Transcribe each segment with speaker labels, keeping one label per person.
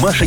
Speaker 1: Маша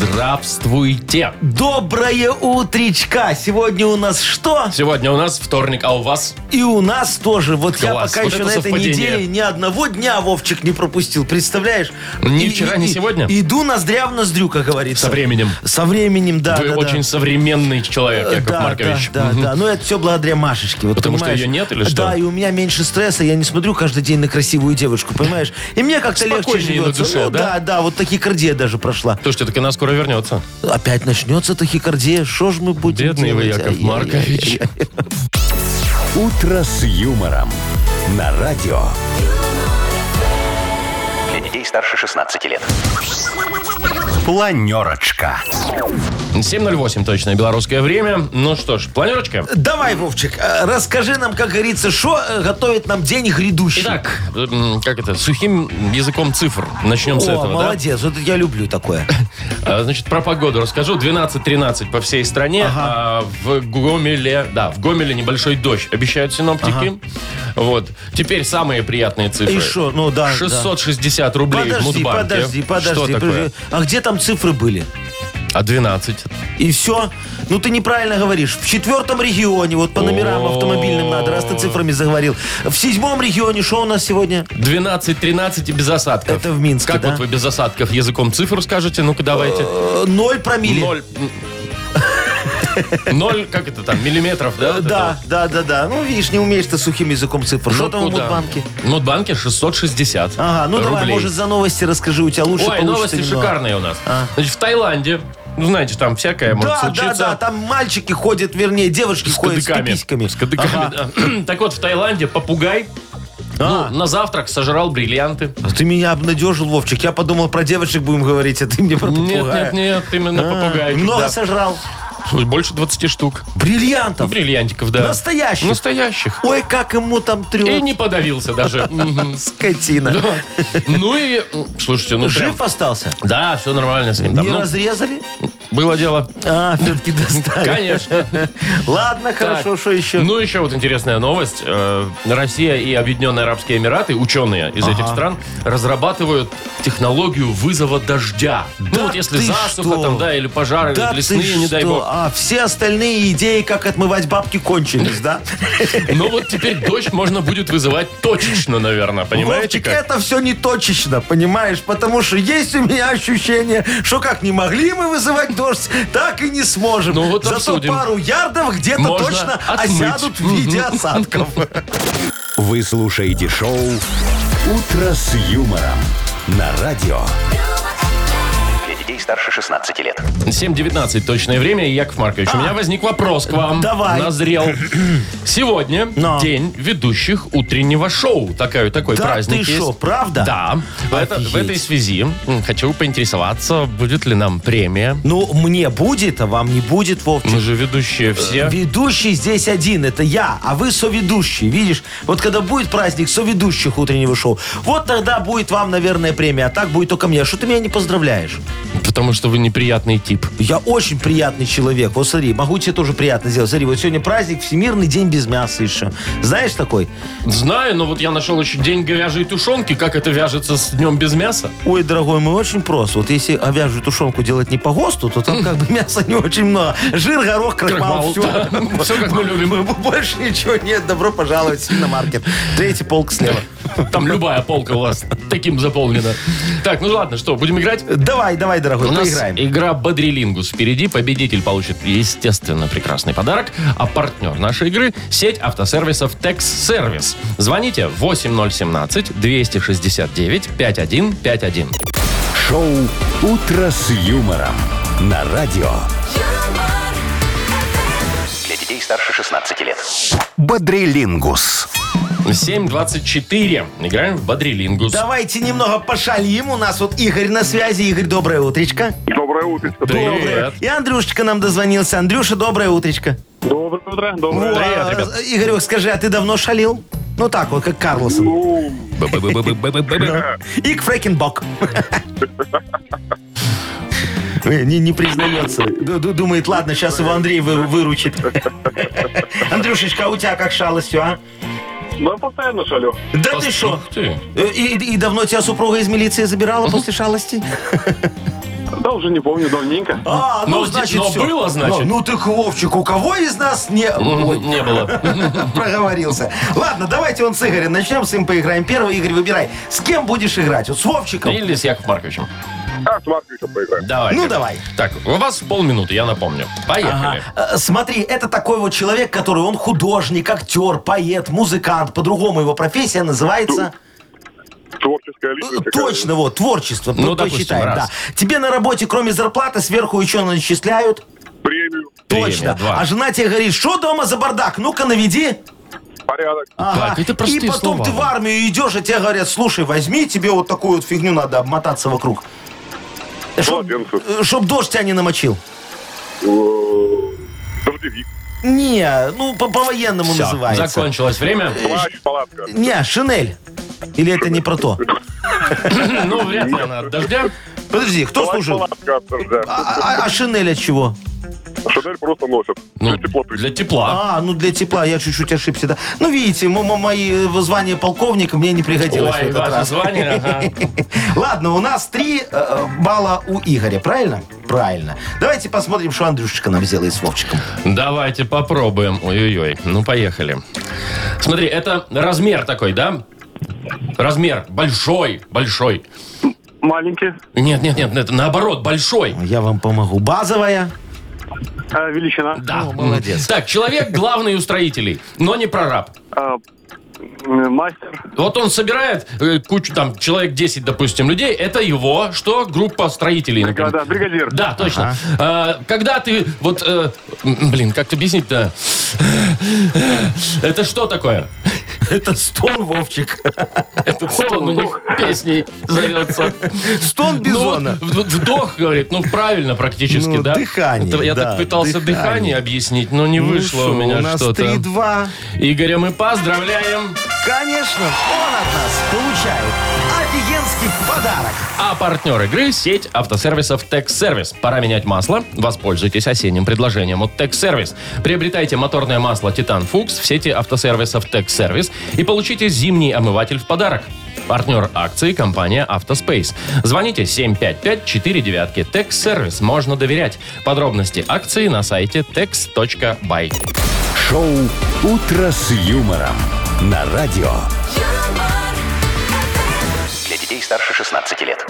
Speaker 2: Здравствуйте!
Speaker 3: Доброе утречка! Сегодня у нас что?
Speaker 2: Сегодня у нас вторник, а у вас?
Speaker 3: И у нас тоже. Вот я
Speaker 2: Класс,
Speaker 3: пока
Speaker 2: вот
Speaker 3: еще
Speaker 2: это
Speaker 3: на этой
Speaker 2: совпадение.
Speaker 3: неделе ни одного дня Вовчик не пропустил. Представляешь?
Speaker 2: Ни
Speaker 3: И-
Speaker 2: вчера,
Speaker 3: и-
Speaker 2: ни
Speaker 3: и-
Speaker 2: сегодня?
Speaker 3: Иду ноздря в ноздрю, как говорится.
Speaker 2: Со временем.
Speaker 3: Со временем, да.
Speaker 2: Вы
Speaker 3: да, да.
Speaker 2: очень современный человек, Яков
Speaker 3: да,
Speaker 2: Маркович.
Speaker 3: Да, да,
Speaker 2: Мгм.
Speaker 3: да. Ну, это все благодаря Машечке. Вот,
Speaker 2: Потому что
Speaker 3: понимаешь?
Speaker 2: её нет или что?
Speaker 3: Да, и у меня меньше стресса. Я не смотрю каждый день на красивую девочку, понимаешь? И мне как-то легче
Speaker 2: Спокойнее на
Speaker 3: живется.
Speaker 2: душе,
Speaker 3: Ну,
Speaker 2: да?
Speaker 3: да, да, вот тахикардия даже прошла.
Speaker 2: Слушайте, так она скоро вернется.
Speaker 3: Опять начнется тахикардия. Что ж мы будем
Speaker 2: Бедный вы,
Speaker 3: делать?
Speaker 2: Яков Маркович.
Speaker 3: Ай-яй-яй.
Speaker 1: «Утро с юмором» на радио. Для детей старше 16 лет. Планерочка.
Speaker 2: 7.08 точно, белорусское время. Ну что ж, планерочка.
Speaker 3: Давай, Вовчик, э, расскажи нам, как говорится, что э, готовит нам день грядущий.
Speaker 2: Итак, м, как это, сухим языком цифр. Начнем
Speaker 3: О,
Speaker 2: с этого, да?
Speaker 3: молодец, вот я люблю такое.
Speaker 2: А, Значит, про погоду расскажу. 12-13 по всей стране. А в Гомеле, да, в Гомеле небольшой дождь, обещают синоптики. Вот. Теперь самые приятные цифры.
Speaker 3: И шо? Ну да, да.
Speaker 2: 660 рублей в
Speaker 3: Подожди,
Speaker 2: Мудбанке.
Speaker 3: подожди, подожди,
Speaker 2: Что такое?
Speaker 3: подожди. А где там цифры были?
Speaker 2: А 12?
Speaker 3: И все? Ну ты неправильно говоришь. В четвертом регионе, вот по номерам
Speaker 2: О.
Speaker 3: автомобильным надо, раз ты цифрами заговорил. В седьмом регионе, что у нас сегодня?
Speaker 2: 12-13 и без осадков.
Speaker 3: Это в Минске,
Speaker 2: Как
Speaker 3: да?
Speaker 2: вот вы без осадков языком цифр скажете? Ну-ка, давайте.
Speaker 3: Э, Ноль промилле.
Speaker 2: Ноль. Ноль, как это там, миллиметров, да?
Speaker 3: Э,
Speaker 2: вот
Speaker 3: Да, да, да, да. Ну, видишь, не умеешь ты сухим языком цифр.
Speaker 2: этого?
Speaker 3: Что
Speaker 2: Ну,
Speaker 3: там в
Speaker 2: куда?
Speaker 3: Мудбанке?
Speaker 2: В Мудбанке 660
Speaker 3: Ага, ну давай,
Speaker 2: рублей.
Speaker 3: может, за новости расскажи, у тебя лучше
Speaker 2: Ой,
Speaker 3: получится
Speaker 2: новости
Speaker 3: немного.
Speaker 2: шикарные у нас.
Speaker 3: А.
Speaker 2: Значит, в Таиланде, ну, знаете, там всякое может
Speaker 3: Да, да,
Speaker 2: случиться.
Speaker 3: да, там мальчики ходят, вернее, девушки
Speaker 2: С
Speaker 3: ходят
Speaker 2: кадыками.
Speaker 3: с пиписьками.
Speaker 2: С кадыками,
Speaker 3: Ага.
Speaker 2: да. Так вот, в Таиланде попугай
Speaker 3: А.
Speaker 2: ну, на завтрак сожрал бриллианты.
Speaker 3: А Ты меня обнадежил, Вовчик. Я подумал, про девочек будем говорить, а ты мне про
Speaker 2: Нет,
Speaker 3: попугая.
Speaker 2: нет, нет, именно
Speaker 3: А,
Speaker 2: попугай.
Speaker 3: Много сожрал.
Speaker 2: Больше 20 штук.
Speaker 3: Бриллиантов.
Speaker 2: Бриллиантиков, да.
Speaker 3: Настоящих.
Speaker 2: Настоящих.
Speaker 3: Ой, как ему там
Speaker 2: И
Speaker 3: трёх.
Speaker 2: не подавился даже. Мгм.
Speaker 3: Скотина.
Speaker 2: Да. Ну и, м, слушайте, ну прям-
Speaker 3: Жив остался?
Speaker 2: Да, все нормально с ним. там.
Speaker 3: Не
Speaker 2: Ну,
Speaker 3: разрезали?
Speaker 2: Было дело.
Speaker 3: А, все-таки достали.
Speaker 2: Конечно.
Speaker 3: Ладно, хорошо,
Speaker 2: Так.
Speaker 3: что еще?
Speaker 2: Ну, еще вот интересная новость. Э, Россия и Объединенные Арабские Эмираты, ученые из этих стран, разрабатывают технологию вызова дождя. ну,
Speaker 3: Да
Speaker 2: вот если
Speaker 3: ты
Speaker 2: засуха
Speaker 3: что?
Speaker 2: там, да, или пожары
Speaker 3: Да
Speaker 2: лесные,
Speaker 3: ты
Speaker 2: не дай
Speaker 3: что?
Speaker 2: бог.
Speaker 3: А все остальные идеи, как отмывать бабки, кончились, да?
Speaker 2: Но вот теперь дождь можно будет вызывать точечно, наверное, понимаете
Speaker 3: Вовчик,
Speaker 2: как?
Speaker 3: это все не точечно, понимаешь? Потому что есть у меня ощущение, что как не могли мы вызывать дождь, так и не сможем.
Speaker 2: Ну вот
Speaker 3: Зато
Speaker 2: обсудим.
Speaker 3: пару ярдов где-то
Speaker 2: Можно
Speaker 3: точно
Speaker 2: отмыть.
Speaker 3: осядут в виде осадков.
Speaker 1: Вы слушаете шоу «Утро с юмором» на радио. Для детей старше 16 лет.
Speaker 2: 7.19 точное время, и, Яков Маркович, у меня возник вопрос к вам.
Speaker 3: А. Давай.
Speaker 2: Назрел. Сегодня
Speaker 3: Но.
Speaker 2: день ведущих утреннего шоу. Такой, такой
Speaker 3: Да
Speaker 2: праздник
Speaker 3: ты
Speaker 2: есть.
Speaker 3: шо, правда? А
Speaker 2: Да. В, это- в
Speaker 3: Офигеть.
Speaker 2: этой связи м, хочу поинтересоваться, будет ли нам премия.
Speaker 3: Ну, мне будет, а вам не будет, Вовчик.
Speaker 2: Мы же
Speaker 3: Э,
Speaker 2: ведущие все.
Speaker 3: Ведущий здесь один, это я, а вы соведущий, видишь? Вот когда будет праздник соведущих утреннего шоу, вот тогда будет вам, наверное, премия, а так будет только мне. Что ты меня не поздравляешь?
Speaker 2: Потому что вы неприятный тип.
Speaker 3: Я очень приятный человек. Вот смотри, могу тебе тоже приятно сделать. Смотри, вот сегодня праздник, Всемирный день без мяса еще. Знаешь такой?
Speaker 2: Знаю, но вот я нашел еще день говяжьей тушенки. Как это вяжется с днем без мяса?
Speaker 3: Ой, дорогой мой, очень просто. Вот если овяжью тушенку делать не по ГОСТу, то там как бы мяса не очень много. Жир, горох, крахмал,
Speaker 2: Крахмал, да.
Speaker 3: все.
Speaker 2: Всё, как мы любим.
Speaker 3: Больше ничего нет. Добро пожаловать в свиномаркет. Третий полк слева.
Speaker 2: Там любая полка у вас таким заполнена. Так, ну ладно, что, будем играть?
Speaker 3: Давай, давай, дорогой,
Speaker 2: У нас
Speaker 3: поиграем.
Speaker 2: игра «Бодрилингус» впереди. Победитель получит, естественно, прекрасный подарок. А партнер нашей игры – сеть автосервисов «Текс Сервис». Звоните 8017-269-5151.
Speaker 1: Шоу «Утро с юмором» на радио.
Speaker 4: юмор,
Speaker 5: Для детей старше 16 лет.
Speaker 1: Бодрилингус.
Speaker 2: 7.24. Играем в «Бодрилингус».
Speaker 3: Давайте немного пошалим. У нас вот Игорь на связи. Игорь, доброе утречко.
Speaker 6: Доброе утречко.
Speaker 2: Привет.
Speaker 3: И Андрюшечка нам дозвонился. Андрюша, доброе утречко.
Speaker 6: Доброе утро. Доброе.
Speaker 2: Привет,
Speaker 3: О,
Speaker 2: ребят.
Speaker 3: э, Игорек, скажи, а ты давно шалил? Ну так вот, как Карлсон.
Speaker 6: Ну,
Speaker 2: Б-б-б-б-б-б-б-б.
Speaker 3: И к Фрэкенбок. Э, Не, не признается. Ду- ду- Думает, ладно, сейчас его Андрей вы- выручит. Андрюшечка, а у тебя как шалостью, а?
Speaker 6: Ну, я постоянно шалю.
Speaker 3: Да ты что?
Speaker 2: Ух ты.
Speaker 3: И, и давно тебя супруга из милиции забирала после шалости?
Speaker 6: Да уже не помню, давненько.
Speaker 3: А,
Speaker 2: Но ди- но
Speaker 3: всё.
Speaker 2: было, значит.
Speaker 3: Ну, ну ты, Вовчик, у кого из нас не... Ой,
Speaker 2: Не было.
Speaker 3: проговорился. Ладно, давайте он с Игорем начнем, с ним поиграем. Первый, Игорь, выбирай. С кем будешь играть? Вот с Вовчиком?
Speaker 2: Или с Яковом Марковичем.
Speaker 6: А, с Марковичем поиграем.
Speaker 2: Давай.
Speaker 3: Ну, давай.
Speaker 2: Так, у вас полминуты, я напомню. Поехали.
Speaker 3: Э, Смотри, это такой вот человек, который он художник, актер, поэт, музыкант. По-другому его профессия называется...
Speaker 6: Творческая
Speaker 3: Э,
Speaker 6: личность. какая-то.
Speaker 3: Точно, вот, творчество.
Speaker 2: Ну,
Speaker 3: Ну,
Speaker 2: допустим,
Speaker 3: посчитаем, да.
Speaker 2: раз.
Speaker 3: Тебе на работе, кроме зарплаты, сверху еще начисляют.
Speaker 6: Премию.
Speaker 2: Премия,
Speaker 3: Точно.
Speaker 2: два.
Speaker 3: А жена тебе говорит, что дома за бардак? Ну-ка, наведи.
Speaker 6: Порядок.
Speaker 3: Ага.
Speaker 2: Так, это простые
Speaker 3: И потом
Speaker 2: слова.
Speaker 3: ты в армию идешь, и тебе говорят, слушай, возьми, тебе вот такую вот фигню надо обмотаться вокруг. Чтоб,
Speaker 6: Полотенце.
Speaker 3: э, чтоб дождь тебя не намочил.
Speaker 6: э, Дождевик.
Speaker 3: Не, ну по- по-военному
Speaker 2: Всё,
Speaker 3: называется.
Speaker 2: закончилось время.
Speaker 3: э,
Speaker 6: Плащ, палатка.
Speaker 3: Не, шинель. Или это не про то?
Speaker 2: Ну, вряд ли она от дождя.
Speaker 3: Подожди, кто
Speaker 6: Плащ,
Speaker 3: служил?
Speaker 6: палатка от дождя.
Speaker 3: А, а- а шинель от чего?
Speaker 6: Шанель просто носят.
Speaker 2: Ну,
Speaker 6: Для теплоты.
Speaker 2: для тепла.
Speaker 3: А, ну для тепла, я чуть-чуть ошибся, да. Ну, видите, мо- мо- мои э, звания полковника мне не пригодилось в
Speaker 2: Ой,
Speaker 3: этот
Speaker 2: ваше
Speaker 3: раз.
Speaker 2: звание. ага.
Speaker 3: Ладно, у нас три э, э, балла у Игоря, правильно? Правильно. Давайте посмотрим, что Андрюшечка нам сделает с Вовчиком.
Speaker 2: Давайте попробуем. Ой-ой-ой. Ну, поехали. Смотри, это размер такой, да? Размер большой, большой.
Speaker 6: Маленький.
Speaker 2: Нет, нет, нет, это наоборот, большой.
Speaker 3: Я вам помогу. Базовая.
Speaker 6: А, величина.
Speaker 2: Да.
Speaker 3: О, молодец.
Speaker 2: Так, человек главный у строителей, но не прораб.
Speaker 6: А, м, мастер.
Speaker 2: Вот он собирает э, кучу, там, человек 10, допустим, людей. Это его, что? Группа строителей, например.
Speaker 6: Бригада, бригадир.
Speaker 2: Да, точно. А, когда ты вот, э, м, блин, как объяснить-то? Это что такое?
Speaker 3: Это стон, Вовчик.
Speaker 2: Это что у них песней зовется?
Speaker 3: Стон бизона.
Speaker 2: Ну, вот Ну, в- вдох, говорит, ну правильно практически,
Speaker 3: Ну,
Speaker 2: да?
Speaker 3: дыхание,
Speaker 2: Это я
Speaker 3: да,
Speaker 2: так пытался
Speaker 3: дыхание.
Speaker 2: дыхание, объяснить, но не вышло
Speaker 3: Ну
Speaker 2: у
Speaker 3: шо,
Speaker 2: меня
Speaker 3: У нас
Speaker 2: что-то.
Speaker 3: 3-2.
Speaker 2: Игоря мы поздравляем,
Speaker 3: Конечно, он от нас получает офигенский подарок.
Speaker 2: а партнер игры – сеть автосервисов «Текс-сервис». Пора менять масло? Воспользуйтесь осенним предложением от «Текс-сервис». Приобретайте моторное масло «Титан Фукс» в сети автосервисов «Текс-сервис» и получите зимний омыватель в подарок. Партнер акции – компания «Автоспейс». Звоните 755-49. «Текс-сервис» можно доверять. Подробности акции на сайте tex.by.
Speaker 1: Шоу «Утро с юмором» на радио.
Speaker 4: юмор,
Speaker 5: Для детей старше 16 лет.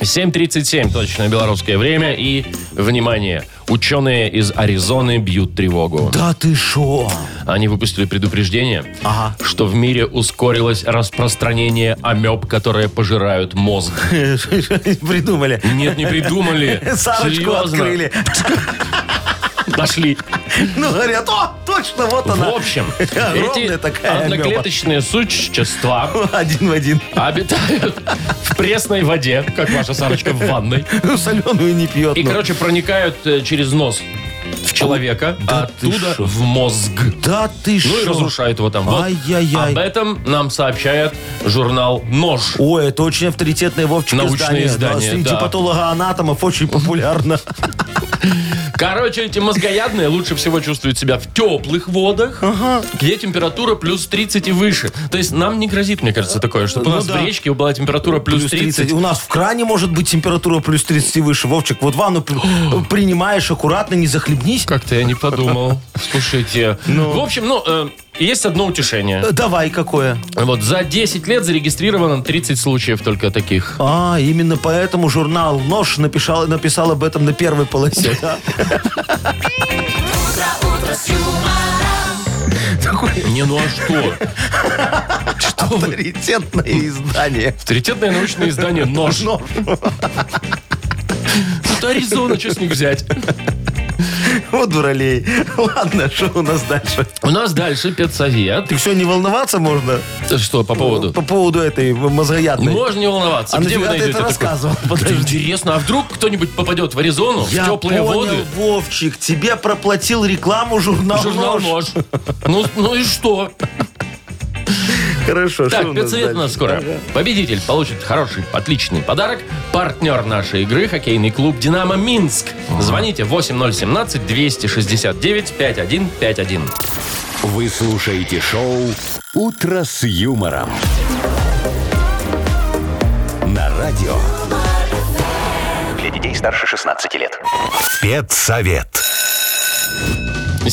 Speaker 2: 7.37, точное белорусское время. И, внимание, ученые из Аризоны бьют тревогу.
Speaker 3: Да ты шо?
Speaker 2: Они выпустили предупреждение,
Speaker 3: Ага.
Speaker 2: что в мире ускорилось распространение амеб, которые пожирают мозг.
Speaker 3: Придумали.
Speaker 2: Нет, не придумали.
Speaker 3: Сарочку
Speaker 2: Серьезно.
Speaker 3: открыли.
Speaker 2: Нашли.
Speaker 3: Ну, говорят, о, точно, вот
Speaker 2: В
Speaker 3: она.
Speaker 2: общем,
Speaker 3: Огромная
Speaker 2: эти
Speaker 3: такая амеба.
Speaker 2: одноклеточные существа
Speaker 3: Один в один.
Speaker 2: обитают в пресной воде, как ваша Сарочка в ванной.
Speaker 3: Ну, соленую не пьет.
Speaker 2: И,
Speaker 3: ну.
Speaker 2: короче, проникают э, через нос в человека, а
Speaker 3: Да ты
Speaker 2: оттуда
Speaker 3: шо.
Speaker 2: в мозг.
Speaker 3: Да ты
Speaker 2: Ну и
Speaker 3: шо?
Speaker 2: разрушают его там. Вот
Speaker 3: Ай-яй-яй.
Speaker 2: Об этом нам сообщает журнал «Нож».
Speaker 3: Ой, это очень авторитетное Вовчик
Speaker 2: Научное
Speaker 3: издание. Да,
Speaker 2: издание,
Speaker 3: среди
Speaker 2: да.
Speaker 3: патологоанатомов очень популярно.
Speaker 2: Короче, эти мозгоядные лучше всего чувствуют себя в теплых водах, где температура плюс 30 и выше. То есть нам не грозит, мне кажется, такое, чтобы у
Speaker 3: Ну
Speaker 2: нас
Speaker 3: да.
Speaker 2: в речке была температура плюс 30.
Speaker 3: У нас в кране может быть температура плюс 30 и выше. Вовчик, вот ванну при- принимаешь аккуратно, не захлебнись.
Speaker 2: Как-то я не подумал. Слушайте. В общем, ну, э, есть одно утешение.
Speaker 3: Э, Давай, какое?
Speaker 2: Вот за 10 лет зарегистрировано 30 случаев только таких.
Speaker 3: А, именно поэтому журнал «Нож» написал, написал об этом на первой полосе. да?
Speaker 4: утро с юмором,
Speaker 2: Не, ну а что? Что вы?
Speaker 3: Авторитетное издание. Ну,
Speaker 2: Авторитетное научное издание «Нож».
Speaker 3: «Нож».
Speaker 2: Тут Аризона, что с них взять?
Speaker 3: Вот ну, дуралей. Ладно, что у нас дальше?
Speaker 2: У нас дальше педсовет.
Speaker 3: Ты все, не волноваться можно?
Speaker 2: Что по поводу?
Speaker 3: По поводу этой мозгоядной.
Speaker 2: Можно не волноваться.
Speaker 3: Э, А
Speaker 2: Где вы
Speaker 3: нафига ты
Speaker 2: найдете
Speaker 3: это
Speaker 2: такое?
Speaker 3: рассказывал?
Speaker 2: Да
Speaker 3: Подожди.
Speaker 2: Интересно, а вдруг кто-нибудь попадет в Аризону,
Speaker 3: Я
Speaker 2: в теплые
Speaker 3: понял,
Speaker 2: воды?
Speaker 3: Вовчик, тебе проплатил рекламу журнал,
Speaker 2: Журнал
Speaker 3: «Нож».
Speaker 2: «Нож». Ну, ну и что?
Speaker 3: Хорошо, что у
Speaker 2: Так,
Speaker 3: нас
Speaker 2: пятцвет у нас скоро.
Speaker 3: дальше?
Speaker 2: Победитель получит хороший, отличный подарок. Партнер нашей игры – хоккейный клуб «Динамо Минск». Звоните 8017-269-5151.
Speaker 1: Вы слушаете шоу «Утро с юмором». На радио
Speaker 5: Для детей старше 16 лет.
Speaker 1: «Спецсовет».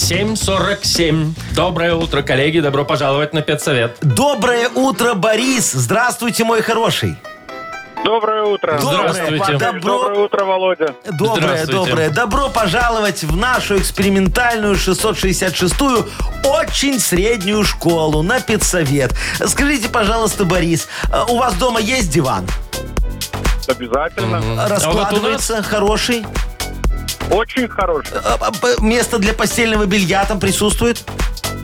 Speaker 2: 7.47. Доброе утро, коллеги. Добро пожаловать на педсовет.
Speaker 3: Доброе утро, Борис. Здравствуйте, мой хороший.
Speaker 6: Доброе утро.
Speaker 3: Доброе,
Speaker 2: Здравствуйте.
Speaker 3: Добро,
Speaker 6: Доброе утро, Володя.
Speaker 3: доброе,
Speaker 2: Здравствуйте.
Speaker 3: доброе. Добро пожаловать в нашу экспериментальную 666-ю очень среднюю школу на педсовет. Скажите, пожалуйста, Борис, а у вас дома есть диван?
Speaker 6: Обязательно.
Speaker 2: А
Speaker 3: Раскладывается, хороший.
Speaker 6: Очень хороший.
Speaker 3: А, а, п- Место для постельного белья там присутствует?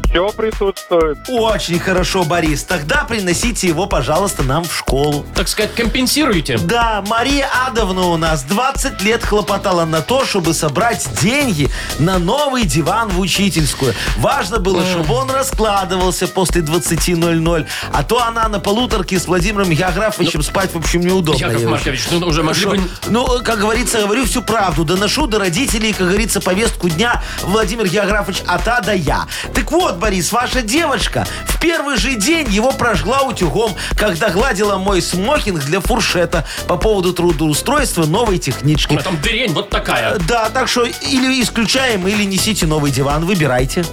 Speaker 6: Все присутствует.
Speaker 3: Очень хорошо, Борис. Тогда приносите его, пожалуйста, нам в школу.
Speaker 2: Так сказать, компенсируйте.
Speaker 3: Да, Мария Адовна у нас 20 лет хлопотала на то, чтобы собрать деньги на новый диван в учительскую. Важно было, чтобы он раскладывался после 20.00, а то она на полуторке с Владимиром Географовичем спать, в общем, неудобно.
Speaker 2: Ну, Яков
Speaker 3: ей очень.
Speaker 2: Маркович, ну уже могли
Speaker 3: Хорошо.
Speaker 2: бы...
Speaker 3: Ну, как говорится, говорю всю правду. Доношу до родителей, как говорится, повестку дня Владимир Географович от А до Я. Так вот, Борис, ваша девочка в первый же день его прожгла утюгом, когда гладила мой смокинг для фуршета по поводу трудоустройства новой
Speaker 2: У
Speaker 3: технички.
Speaker 2: меня А там дырень вот такая.
Speaker 3: Да, так что или исключаем, или несите новый диван, выбирайте.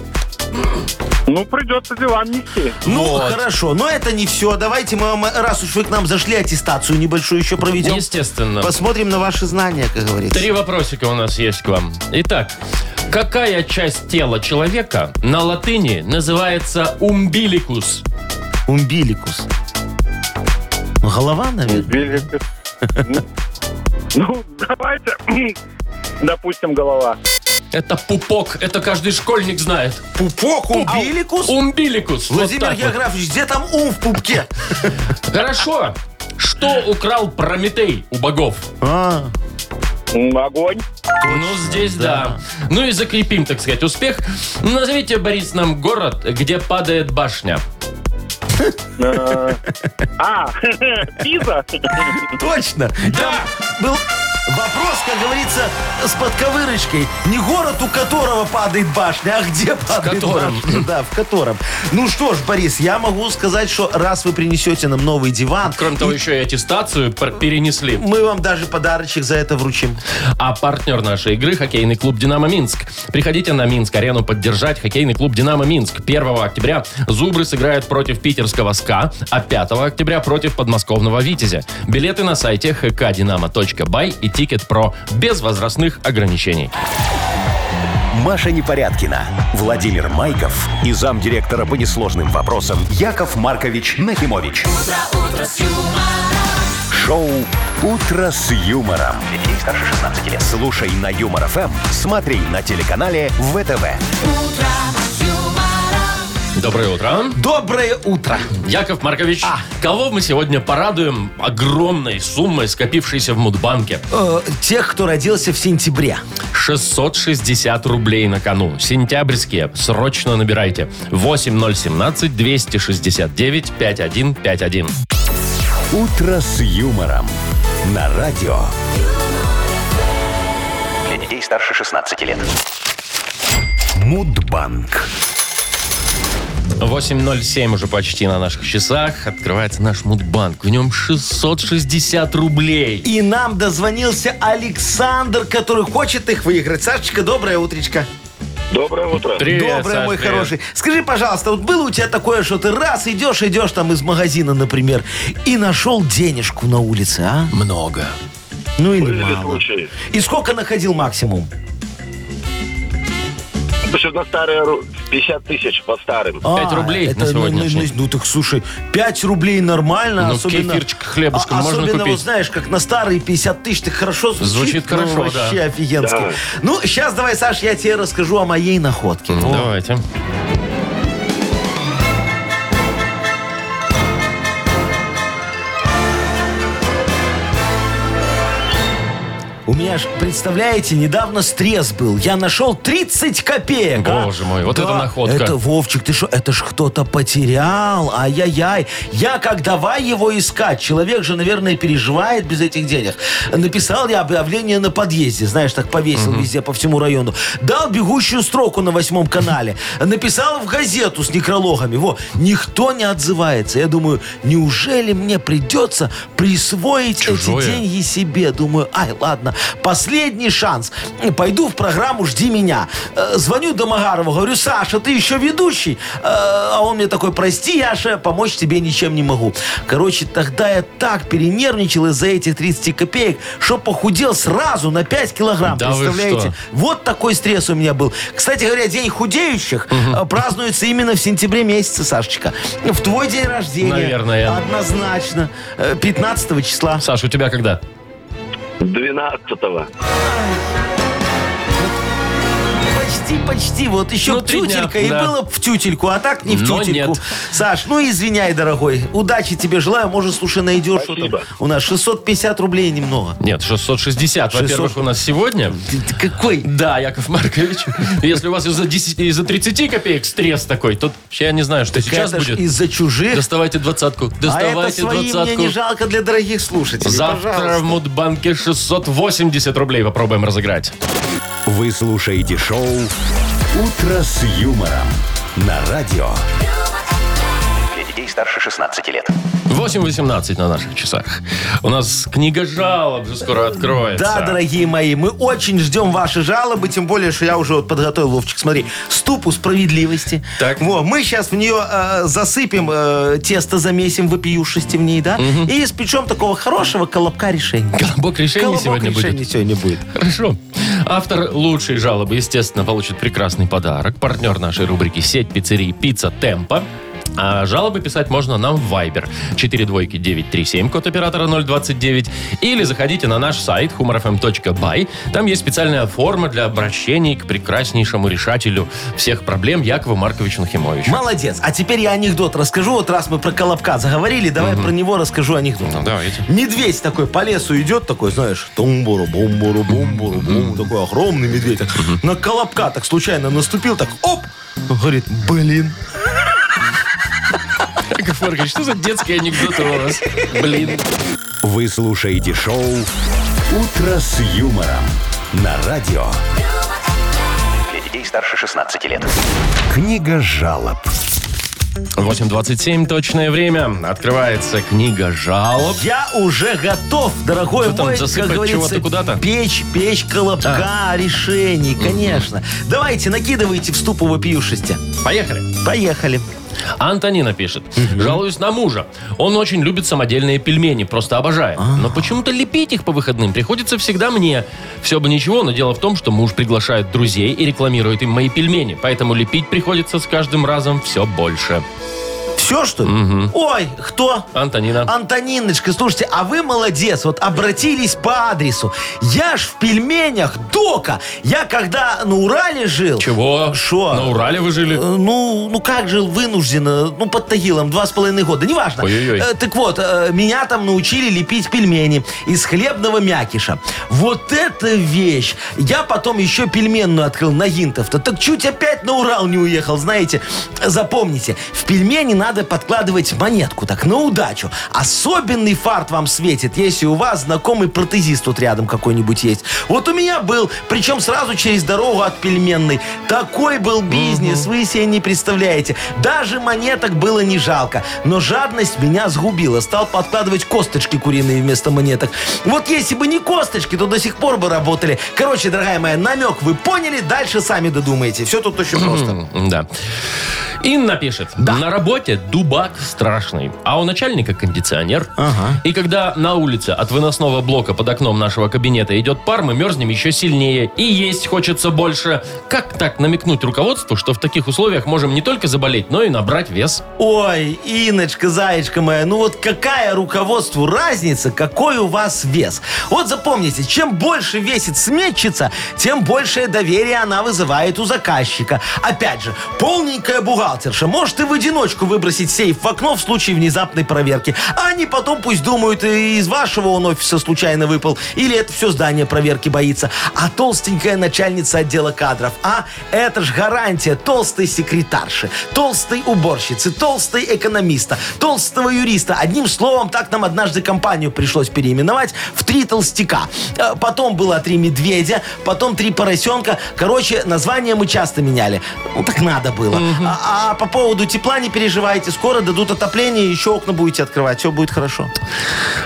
Speaker 6: Ну, придется диван нести.
Speaker 3: Ну,
Speaker 2: Вот.
Speaker 3: хорошо, но это не все. Давайте мы, вам, раз уж вы к нам зашли, аттестацию небольшую еще проведем.
Speaker 2: Естественно.
Speaker 3: Посмотрим на ваши знания, как говорится.
Speaker 2: Три вопросика у нас есть к вам. Итак, какая часть тела человека на латыни называется умбиликус?
Speaker 3: Умбиликус. Ну, Голова, наверное.
Speaker 6: Великолепно. Ну, давайте. Допустим, голова.
Speaker 2: Это пупок, это каждый школьник знает.
Speaker 3: Пупок умбиликус?
Speaker 2: Умбиликус. вот
Speaker 3: Владимир
Speaker 2: так вот.
Speaker 3: Географович, где там ум в пупке?
Speaker 2: Хорошо. Что украл Прометей у богов?
Speaker 3: А,
Speaker 6: М, Огонь.
Speaker 2: ну, здесь да. Ну и закрепим, так сказать, успех. Назовите, Борис, нам город, где падает башня.
Speaker 6: Э, А, Пиза.
Speaker 3: точно.
Speaker 2: Да.
Speaker 3: Был вопрос, как говорится, с подковырочкой. Не город, у которого падает башня, а где падает
Speaker 2: котором.
Speaker 3: башня. Да, в котором. Ну что ж, Борис, я могу сказать, что раз вы принесете нам новый диван,
Speaker 2: Кроме того, еще и аттестацию пр- перенесли.
Speaker 3: мы вам даже подарочек за это вручим.
Speaker 2: А партнер нашей игры – хоккейный клуб «Динамо Минск». Приходите на Минск-арену поддержать хоккейный клуб «Динамо Минск». 1 октября «Зубры» сыграют против питерского «СКА», а 5 октября против подмосковного «Витязя». Билеты на сайте hkdinamo.by и «Тикет.Про» без возрастных ограничений.
Speaker 1: Маша Непорядкина, Владимир Майков и замдиректора по несложным вопросам Яков Маркович Нахимович. Шоу «Утро с юмором».
Speaker 5: Для детей старше 16 лет.
Speaker 1: Слушай на Юмор ФМ, смотри на телеканале ВТВ.
Speaker 2: Доброе утро.
Speaker 3: Доброе утро.
Speaker 2: Яков Маркович, кого мы сегодня порадуем огромной суммой, скопившейся в Мудбанке?
Speaker 3: Э, тех, кто родился в сентябре.
Speaker 2: 660 рублей на кону. Сентябрьские. Срочно набирайте. 8017 269 5151.
Speaker 1: «Утро с юмором» на радио.
Speaker 5: Для детей старше 16 лет.
Speaker 1: Мудбанк.
Speaker 2: 8.07 уже почти на наших часах. Открывается наш мудбанк. В нем 660 рублей.
Speaker 3: И нам дозвонился Александр, который хочет их выиграть. Сашечка, доброе утречко.
Speaker 6: Доброе утро.
Speaker 2: Привет,
Speaker 3: доброе,
Speaker 2: Саш,
Speaker 3: мой
Speaker 2: привет.
Speaker 3: хороший. Скажи, пожалуйста, вот было у тебя такое, что ты раз идешь, идешь там из магазина, например, и нашел денежку на улице, а?
Speaker 2: Много.
Speaker 3: Ну или мало. И сколько находил максимум?
Speaker 7: Слушай, на старые ру- 50 тысяч по старым.
Speaker 2: Пять рублей на
Speaker 3: ну,
Speaker 2: сегодняшний.
Speaker 3: Ну, ну, ну, так слушай, 5 рублей нормально,
Speaker 2: Ну,
Speaker 3: особенно. а,
Speaker 2: кефирчик, хлебушек можно
Speaker 3: особенно,
Speaker 2: купить.
Speaker 3: вот знаешь, как на старые 50 тысяч, так хорошо звучит.
Speaker 2: Звучит
Speaker 3: ну,
Speaker 2: хорошо,
Speaker 3: вообще
Speaker 2: да.
Speaker 3: офигенски.
Speaker 7: Да.
Speaker 3: Ну, сейчас давай, Саш, я тебе расскажу о моей находке.
Speaker 2: Ну,
Speaker 3: О.
Speaker 2: Давайте.
Speaker 3: У меня ж, представляете, недавно стресс был. Я нашел 30 копеек. а?
Speaker 2: Боже мой, вот это находка.
Speaker 3: Это, Вовчик, ты что, это ж кто-то потерял. Ай-яй-яй. Я как давай его искать. Человек же, наверное, переживает без этих денег. Написал я объявление на подъезде. Знаешь, так повесил везде по всему району. Дал бегущую строку на восьмом канале. Написал в газету с некрологами. Во, никто не отзывается. Я думаю, неужели мне придется присвоить
Speaker 2: Чужое.
Speaker 3: эти деньги? и себе. Думаю, ай, ладно, последний шанс. Пойду в программу «Жди меня». Э, Звоню до Магарова, говорю, Саша, ты еще ведущий? Э, А он мне такой, прости, Яша, помочь тебе ничем не могу. Короче, тогда я так перенервничал из-за этих 30 копеек, что похудел сразу на 5 килограмм.
Speaker 2: Да вы
Speaker 3: представляете?
Speaker 2: что?
Speaker 3: Вот такой стресс у меня был. Кстати говоря, День худеющих э, празднуется именно в сентябре месяце, Сашечка. В твой день рождения.
Speaker 2: Наверное.
Speaker 3: Однозначно. Э, 15 числа.
Speaker 2: Саш, у тебя когда?
Speaker 7: 12-го.
Speaker 3: Почти, почти. Вот еще
Speaker 2: Ну,
Speaker 3: б
Speaker 2: три дня,
Speaker 3: тютелька, и
Speaker 2: да.
Speaker 3: было б в тютельку, а так не в
Speaker 2: Но
Speaker 3: тютельку.
Speaker 2: нет.
Speaker 3: Саш, ну извиняй, дорогой. Удачи тебе желаю. Может, слушай, найдешь
Speaker 7: Спасибо.
Speaker 3: что-то. У нас 650 рублей немного.
Speaker 2: Нет, 660, во-первых,
Speaker 3: 600.
Speaker 2: у нас сегодня.
Speaker 3: Ты- ты какой?
Speaker 2: Да, Яков Маркович, если у вас из-за 10 из-за 30 копеек стресс такой, то я не знаю, что сейчас
Speaker 3: Это ж
Speaker 2: будет.
Speaker 3: из-за чужих.
Speaker 2: Доставайте двадцатку,
Speaker 3: а это
Speaker 2: доставайте
Speaker 3: свои мне не
Speaker 2: двадцатку.
Speaker 3: жалко для дорогих слушателей.
Speaker 2: Завтра в
Speaker 3: Пожалуйста.
Speaker 2: Мудбанке 680 рублей попробуем разыграть.
Speaker 1: Вы слушаете шоу «Утро с юмором» на радио.
Speaker 5: Для детей старше 16 лет.
Speaker 2: 8.18 на наших часах. У нас книга жалоб же скоро откроется.
Speaker 3: Да, дорогие мои, мы очень ждем ваши жалобы, тем более, что я уже вот подготовил, Вовчик, смотри, ступу справедливости.
Speaker 2: Так.
Speaker 3: Во, мы сейчас в нее э, засыпем, э, тесто замесим вопиюшести в ней, да? И испечем такого хорошего колобка решения.
Speaker 2: Колобок решений
Speaker 3: Колобок
Speaker 2: сегодня
Speaker 3: решений
Speaker 2: будет.
Speaker 3: сегодня будет.
Speaker 2: Хорошо. Автор лучшей жалобы, естественно, получит прекрасный подарок. Партнер нашей рубрики «Сеть пиццерий Пицца Темпа». А жалобы писать можно нам в Viber 42937, код оператора 029. Или заходите на наш сайт humorfm.by. Там есть специальная форма для обращений к прекраснейшему решателю всех проблем Якову Марковичу Нахимовичу.
Speaker 3: Молодец. А теперь я анекдот расскажу. Вот раз мы про Колобка заговорили, давай про него расскажу анекдот.
Speaker 2: Ну, давайте.
Speaker 3: Медведь такой по лесу идет, такой, знаешь, тумбуру, бумбуру, бумбуру, бум, такой огромный медведь. Так На Колобка так случайно наступил, так оп, говорит, блин.
Speaker 2: Яков Маркович, что за детские анекдоты у вас? Блин.
Speaker 1: Вы слушаете шоу «Утро с юмором» на радио.
Speaker 5: Для детей старше 16 лет.
Speaker 1: Книга жалоб.
Speaker 2: 8.27 точное время. Открывается книга жалоб.
Speaker 3: Я уже готов, дорогой
Speaker 2: Что там,
Speaker 3: мой, как
Speaker 2: засыпать
Speaker 3: говорится,
Speaker 2: чего-то куда-то?
Speaker 3: печь, печь Колобка решений, конечно. Давайте, накидывайте в ступу вопиюшести.
Speaker 2: Поехали.
Speaker 3: Поехали.
Speaker 2: Антонина пишет. Жалуюсь на мужа. Он очень любит самодельные пельмени, просто обожает. Но почему-то лепить их по выходным приходится всегда мне. Все бы ничего, но дело в том, что муж приглашает друзей и рекламирует им мои пельмени. Поэтому лепить приходится с каждым разом все больше.
Speaker 3: Все, что ли? Ой, кто? А
Speaker 2: Антонина.
Speaker 3: Антониночка, слушайте, а вы молодец, вот обратились по адресу. Я ж в пельменях дока. Я когда на Урале жил...
Speaker 2: Чего?
Speaker 3: Шо?
Speaker 2: На Урале вы
Speaker 3: Э,
Speaker 2: жили?
Speaker 3: Ну, ну как же вынужденно, ну под Тагилом два с половиной года, неважно.
Speaker 2: Ой-ой-ой.
Speaker 3: Э, так вот, э, меня там научили лепить пельмени из хлебного мякиша. Вот это вещь! Я потом еще пельменную открыл на гинтов-то. Так чуть опять на Урал не уехал, знаете. Запомните, в пельмени надо подкладывать монетку, так, на удачу. Особенный фарт вам светит, если у вас знакомый протезист тут рядом какой-нибудь есть. Вот у меня был, причем сразу через дорогу от пельменной. Такой был бизнес, вы себе не представляете. Даже монеток было не жалко. Но жадность меня сгубила. Стал подкладывать косточки куриные вместо монеток. Вот если бы не косточки, то до сих пор бы работали. Короче, дорогая моя, намек вы поняли, дальше сами додумаете. Все тут очень просто.
Speaker 2: Да. Инна пишет. На работе дубак страшный, а у начальника кондиционер. И когда на улице от выносного блока под окном нашего кабинета идет пар, мы мерзнем еще сильнее. И есть хочется больше. Как так намекнуть руководству, что в таких условиях можем не только заболеть, но и набрать вес?
Speaker 3: Ой, Иночка, зайчка моя, ну вот какая руководству разница, какой у вас вес? Вот запомните, чем больше весит сметчица, тем большее доверие она вызывает у заказчика. Опять же, полненькая бухгалтерша бухгалтерша может и в одиночку выбросить сейф в окно в случае внезапной проверки. А они потом пусть думают, и из вашего он офиса случайно выпал, или это все здание проверки боится. А толстенькая начальница отдела кадров, а это ж гарантия толстой секретарши, толстой уборщицы, толстой экономиста, толстого юриста. Одним словом, так нам однажды компанию пришлось переименовать в три толстяка. Э, Потом было три медведя, потом три поросенка. Короче, название мы часто меняли. Ну, так надо было. А, а по поводу тепла не переживайте. Скоро дадут отопление, еще окна будете открывать. Все будет хорошо.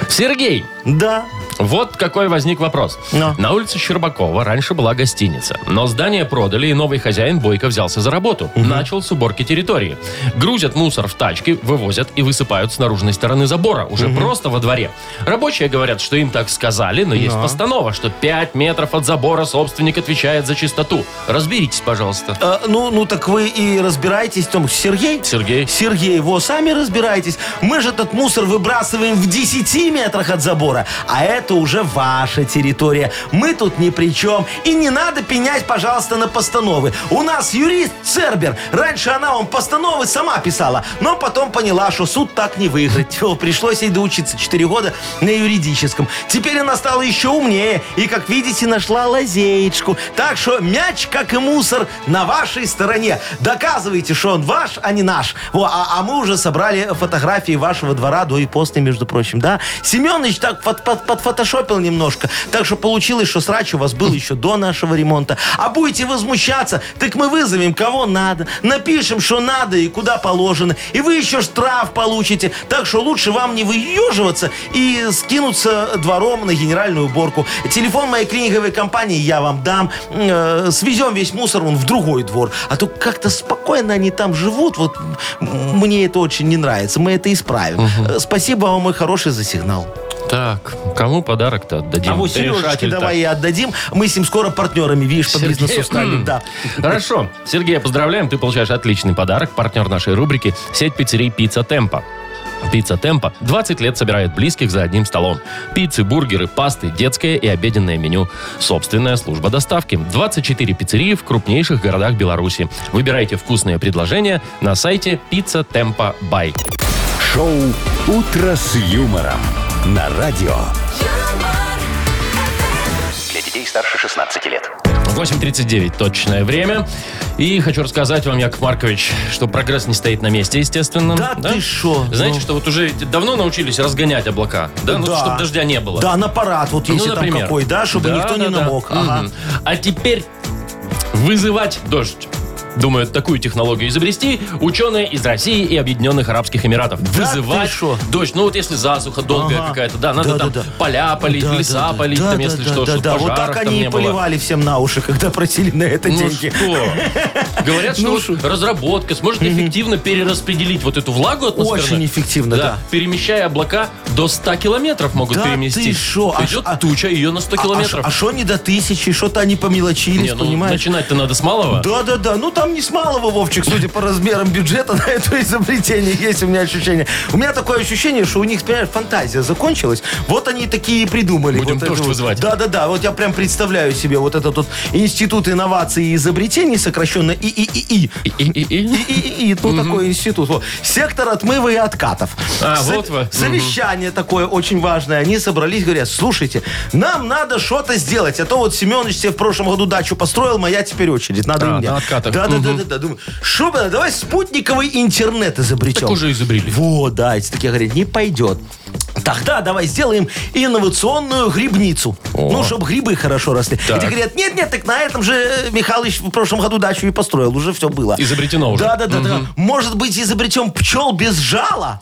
Speaker 2: Сергей,
Speaker 3: Да.
Speaker 2: вот какой возник вопрос.
Speaker 3: Но.
Speaker 2: На улице Щербакова раньше была гостиница. Но здание продали, и новый хозяин Бойко взялся за работу. Начал с уборки территории. Грузят мусор в тачки, вывозят и высыпают с наружной стороны забора. Уже просто во дворе. Рабочие говорят, что им так сказали, но
Speaker 3: Ну.
Speaker 2: есть постанова, что 5 метров от забора собственник отвечает за чистоту. Разберитесь, пожалуйста.
Speaker 3: Э, ну, ну так вы и разбираетесь, Том. Сергей?
Speaker 2: Сергей.
Speaker 3: Сергей, во, сами разбирайтесь. Мы же этот мусор выбрасываем в 10 метрах от забора. А это уже ваша территория. Мы тут ни при чем. И не надо пенять, пожалуйста, на постановы. У нас юрист Цербер. Раньше она вам постановы сама писала, но потом поняла, что суд так не выиграть. Тьфу, Пришлось ей доучиться 4 года на юридическом. Теперь она стала еще умнее и, как видите, нашла лазеечку. Так что мяч, как и мусор, на вашей стороне. Доказывайте, что он ваш, а не наш. Во, а, а мы уже собрали фотографии вашего двора до и после, между прочим, да? Семенович так под, под- подфотошопил немножко, так что получилось, что срач у вас был еще до нашего ремонта. А будете возмущаться, так мы вызовем кого надо, напишем, что надо и куда положено, и вы еще штраф получите, так что лучше вам не выеживаться и скинуться двором на генеральную уборку. Телефон моей клининговой компании я вам дам, М, э, свезем весь мусор он в другой двор, а то как-то спокойно они там живут, вот м, мне это очень не нравится, мы это исправим. Э, Спасибо вам, мой хороший, за сигнал.
Speaker 2: Так, кому подарок-то отдадим?
Speaker 3: А вот Сережечке
Speaker 2: Решатель-то.
Speaker 3: давай и отдадим. Мы с ним скоро партнерами, видишь, по
Speaker 2: Сергей, Хм.
Speaker 3: бизнесу стали.
Speaker 2: м.
Speaker 3: Да.
Speaker 2: Хорошо. Сергея поздравляем. Ты получаешь отличный подарок. Партнер нашей рубрики – сеть пиццерий «Пицца Темпа». Пицца Темпа 20 лет собирает близких за одним столом. Пиццы, бургеры, пасты, детское и обеденное меню. Собственная служба доставки. 24 пиццерии в крупнейших городах Беларуси. Выбирайте вкусные предложения на сайте Пицца Темпа Бай.
Speaker 1: Шоу «Утро с юмором» на радио.
Speaker 4: юмор,
Speaker 5: Для детей старше 16 лет.
Speaker 2: 8.39 точное время. И хочу рассказать вам, Яков Маркович, что прогресс не стоит на месте, естественно.
Speaker 3: Да ты шо?
Speaker 2: Знаете,
Speaker 3: Ну.
Speaker 2: что вот уже ведь давно научились разгонять облака, да? Ну, чтобы дождя не было.
Speaker 3: Да, на парад, вот
Speaker 2: Ну,
Speaker 3: если там
Speaker 2: например.
Speaker 3: какой, да, чтобы
Speaker 2: Да,
Speaker 3: никто
Speaker 2: да,
Speaker 3: не
Speaker 2: да.
Speaker 3: намок.
Speaker 2: Мгм.
Speaker 3: Ага.
Speaker 2: А теперь вызывать дождь. Думают, такую технологию изобрести ученые из России и Объединенных Арабских Эмиратов.
Speaker 3: ты
Speaker 2: Вызывать
Speaker 3: шо?
Speaker 2: дождь. Ну вот если засуха долгая
Speaker 3: Ага.
Speaker 2: какая-то, да, надо
Speaker 3: Да, да,
Speaker 2: там
Speaker 3: да.
Speaker 2: поля полить,
Speaker 3: Да,
Speaker 2: леса
Speaker 3: да, да.
Speaker 2: полить,
Speaker 3: Да,
Speaker 2: там,
Speaker 3: да,
Speaker 2: если
Speaker 3: да,
Speaker 2: что,
Speaker 3: да,
Speaker 2: чтобы
Speaker 3: да. Вот
Speaker 2: пожаров
Speaker 3: так
Speaker 2: там
Speaker 3: они
Speaker 2: не
Speaker 3: и
Speaker 2: было.
Speaker 3: поливали всем на уши, когда просили на это деньги.
Speaker 2: Ну что? Говорят, что
Speaker 3: Ну
Speaker 2: вот
Speaker 3: шо?
Speaker 2: разработка сможет эффективно перераспределить вот эту влагу атмосферную.
Speaker 3: Очень эффективно, да.
Speaker 2: Перемещая облака до 100 километров могут
Speaker 3: Да
Speaker 2: переместить.
Speaker 3: ты шо? А
Speaker 2: Идет
Speaker 3: ш- а-
Speaker 2: туча, ее на 100
Speaker 3: А- а шо-
Speaker 2: километров.
Speaker 3: А что не до тысячи, что-то они
Speaker 2: Не,
Speaker 3: помелочились,
Speaker 2: ну,
Speaker 3: понимаешь?
Speaker 2: начинать-то надо с малого.
Speaker 3: Да, да, да. Ну там не с малого, Вовчик, судя по размерам бюджета на это изобретение, есть у меня ощущение. У меня такое ощущение, что у них, понимаешь, фантазия закончилась. Вот они такие и придумали.
Speaker 2: Будем
Speaker 3: вот это
Speaker 2: дождь
Speaker 3: вот.
Speaker 2: вызывать.
Speaker 3: Да, да, да. Вот я прям представляю себе вот этот вот институт инноваций и изобретений, сокращенно ИИИИ.
Speaker 2: И- и- и- и.
Speaker 3: И, ну, такой институт. Вот. Сектор отмыва и откатов.
Speaker 2: А, вот вы.
Speaker 3: Совещание такое очень важное. Они собрались, говорят, слушайте, нам надо что-то сделать. А то вот Семенович себе в прошлом году дачу построил, моя теперь очередь. Надо
Speaker 2: А,
Speaker 3: и мне.
Speaker 2: на откатах.
Speaker 3: Да, да, да, да, да. Думаю, что бы, давай спутниковый интернет изобретем.
Speaker 2: Так уже изобрели.
Speaker 3: Вот, да, эти такие говорят, не пойдет. Тогда давай сделаем инновационную грибницу. Ну, чтобы грибы хорошо росли.
Speaker 2: Так.
Speaker 3: Эти говорят, нет-нет, так на этом же э, Михалыч в прошлом году дачу и построил. Уже все было.
Speaker 2: Изобретено уже.
Speaker 3: Да, да, да, да. Может быть, изобретем пчел без жала?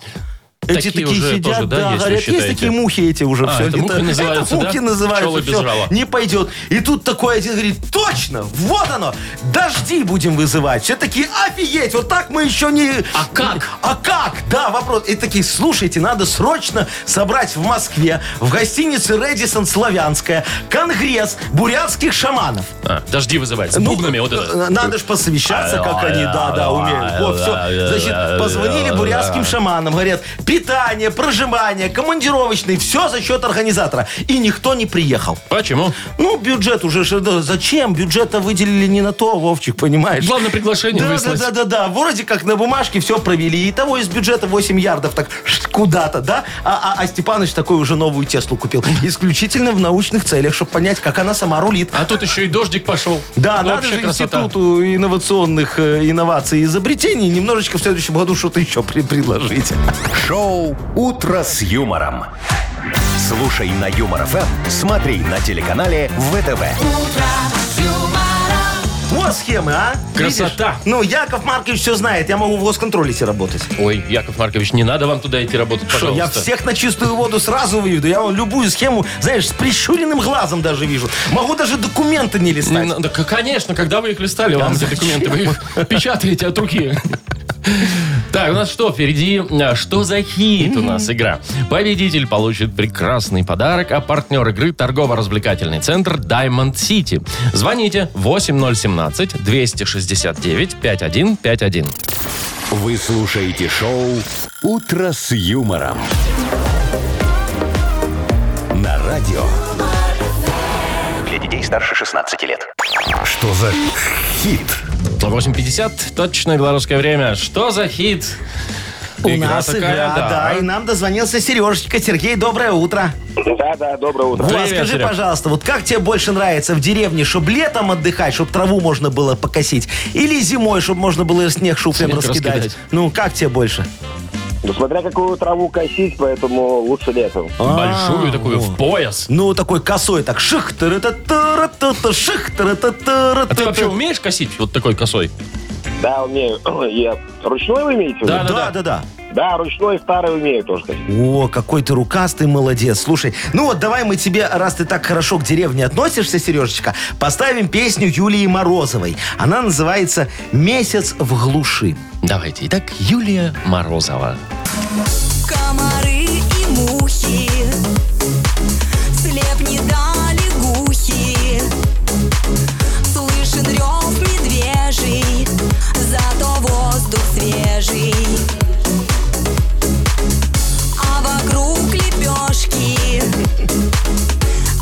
Speaker 3: Эти
Speaker 2: Такие
Speaker 3: такие,
Speaker 2: уже
Speaker 3: сидят,
Speaker 2: тоже, да,
Speaker 3: да,
Speaker 2: есть, вы
Speaker 3: говорят, есть
Speaker 2: считаете?
Speaker 3: такие мухи эти уже.
Speaker 2: А,
Speaker 3: все,
Speaker 2: это мухи называются, да?
Speaker 3: мухи называются.
Speaker 2: Пчелы без
Speaker 3: всё,
Speaker 2: жала.
Speaker 3: Не пойдет. И тут такой один говорит, точно, вот оно, дожди будем вызывать. Все такие, офигеть, вот так мы еще не...
Speaker 2: А как?
Speaker 3: А как? Да, вопрос. И такие, слушайте, надо срочно собрать в Москве, в гостинице «Редисон Славянская», конгресс бурятских шаманов.
Speaker 2: А, дожди вызывать. С бубнами вот это.
Speaker 3: э, Надо же посовещаться, как они, да-да, умеют. Вот, все. Значит, позвонили бурятским шаманам, говорят, Питание, проживание, командировочный, все за счет организатора. И никто не приехал.
Speaker 2: Почему?
Speaker 3: Ну, бюджет уже... ж- да, Зачем? Бюджета выделили не на то, Вовчик, понимаешь?
Speaker 2: Главное приглашение
Speaker 3: Да, да,
Speaker 2: выслать.
Speaker 3: да, да, да. Вроде как на бумажке все провели. И того из бюджета 8 ярдов так шт, куда-то, да? А, а- а Степаныч такой уже новую Теслу купил. Исключительно в научных целях, чтобы понять, как она сама рулит.
Speaker 2: А тут еще и дождик пошел.
Speaker 3: Да,
Speaker 2: Ну,
Speaker 3: надо
Speaker 2: вообще
Speaker 3: же
Speaker 2: красота.
Speaker 3: Институту инновационных э, инноваций и изобретений немножечко в следующем году что-то еще при- предложить.
Speaker 1: Шоу «Утро с юмором». Слушай на Юмор ФМ, смотри на телеканале ВТВ.
Speaker 3: Вот схемы, а?
Speaker 2: Красота.
Speaker 3: Видишь? Ну, Яков Маркович все знает. Я могу в госконтроле работать.
Speaker 2: Ой, Яков Маркович, не надо вам туда идти работать,
Speaker 3: Что,
Speaker 2: пожалуйста.
Speaker 3: я всех на чистую воду сразу выведу. Я вон любую схему, знаешь, с прищуренным глазом даже вижу. Могу даже документы не
Speaker 2: Не
Speaker 3: листать.
Speaker 2: надо- Ну, к- конечно, когда вы их листали, вам эти документы, вы их печатаете от руки. Так, у нас что впереди? А, Что за хит у нас игра? Победитель получит прекрасный подарок, а партнер игры – торгово-развлекательный центр Diamond City. Звоните 8017-269-5151.
Speaker 1: Вы слушаете шоу «Утро с юмором». На радио.
Speaker 5: Для детей старше 16 лет.
Speaker 1: Что за хит?
Speaker 2: 8.50, точное белорусское время. Что за хит?
Speaker 3: У
Speaker 2: ну,
Speaker 3: нас игра, да. И нам дозвонился Сережечка. Сергей, доброе утро.
Speaker 6: Да, да, доброе утро.
Speaker 3: Вот,
Speaker 2: Привет,
Speaker 3: скажи,
Speaker 2: Серег.
Speaker 3: пожалуйста, вот как тебе больше нравится в деревне, чтобы летом отдыхать, чтобы траву можно было покосить? Или зимой, чтобы можно было снег шуфлем
Speaker 2: Снег
Speaker 3: раскидать?
Speaker 2: раскидать.
Speaker 3: Ну, как тебе больше?
Speaker 6: Ну, смотря какую траву косить, поэтому лучше летом.
Speaker 2: Большую такую, в пояс.
Speaker 3: Ну, такой косой так. Ших, тыры та тыра та та ших, тыры та тыра
Speaker 2: А ты
Speaker 3: та
Speaker 2: вообще
Speaker 3: та.
Speaker 2: умеешь косить вот такой косой?
Speaker 6: Да, умею. Я... Ручной вы имеете? в виду?
Speaker 2: Да,
Speaker 3: Да, да, да.
Speaker 6: Да, ручной старый умею тоже косить.
Speaker 3: О, какой ты рукастый молодец. Слушай, ну вот давай мы тебе, раз ты так хорошо к деревне относишься, Сережечка, поставим песню Юлии Морозовой. Она называется «Месяц в глуши».
Speaker 2: Давайте. Итак, Юлия Морозова.
Speaker 4: Комары и мухи, слеп не дали гухи. Слышен рев медвежий, зато воздух свежий. А вокруг лепешки,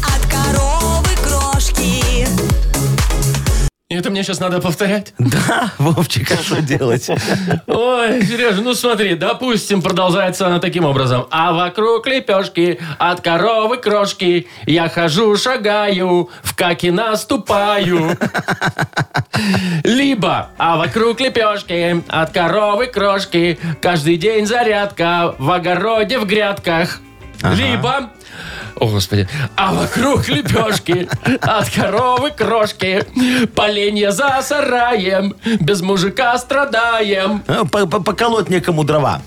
Speaker 4: от коровы крошки.
Speaker 2: Это мне сейчас надо повторять?
Speaker 3: Да, Вовчик, а что делать?
Speaker 2: Ой, Сережа, ну смотри, допустим, продолжается она таким образом. А вокруг лепешки, от коровы крошки, я хожу, шагаю, в каки наступаю. Либо, а вокруг лепешки, от коровы крошки, каждый день зарядка, в огороде, в грядках. Либо, о господи, а вокруг лепешки, от коровы крошки, поленья за сараем, без мужика страдаем.
Speaker 3: А, по- по- Поколоть некому дрова.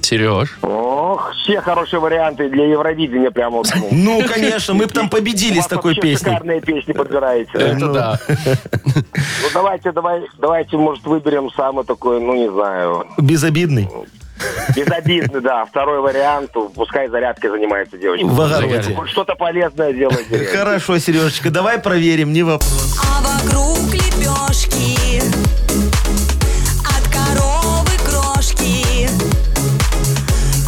Speaker 2: Сереж.
Speaker 6: Ох, все хорошие варианты для Евровидения прямо. вот, ну.
Speaker 3: Ну, конечно, мы бы там
Speaker 6: У
Speaker 3: победили
Speaker 6: вас
Speaker 3: с такой Э, ну.
Speaker 6: вообще
Speaker 3: песней.
Speaker 6: шикарные песни подбираете.
Speaker 2: Это да.
Speaker 6: Ну, давайте, давай, давайте, может, выберем самый такой, ну, не знаю,
Speaker 3: Безобидный.
Speaker 6: безобидный, да. Второй вариант, пускай зарядкой занимается
Speaker 3: В
Speaker 6: девочка.
Speaker 3: огороде.
Speaker 6: Хоть Что-то полезное делать.
Speaker 3: Хорошо, Сережечка, давай проверим, не вопрос.
Speaker 4: А вокруг лепешки, от коровы крошки.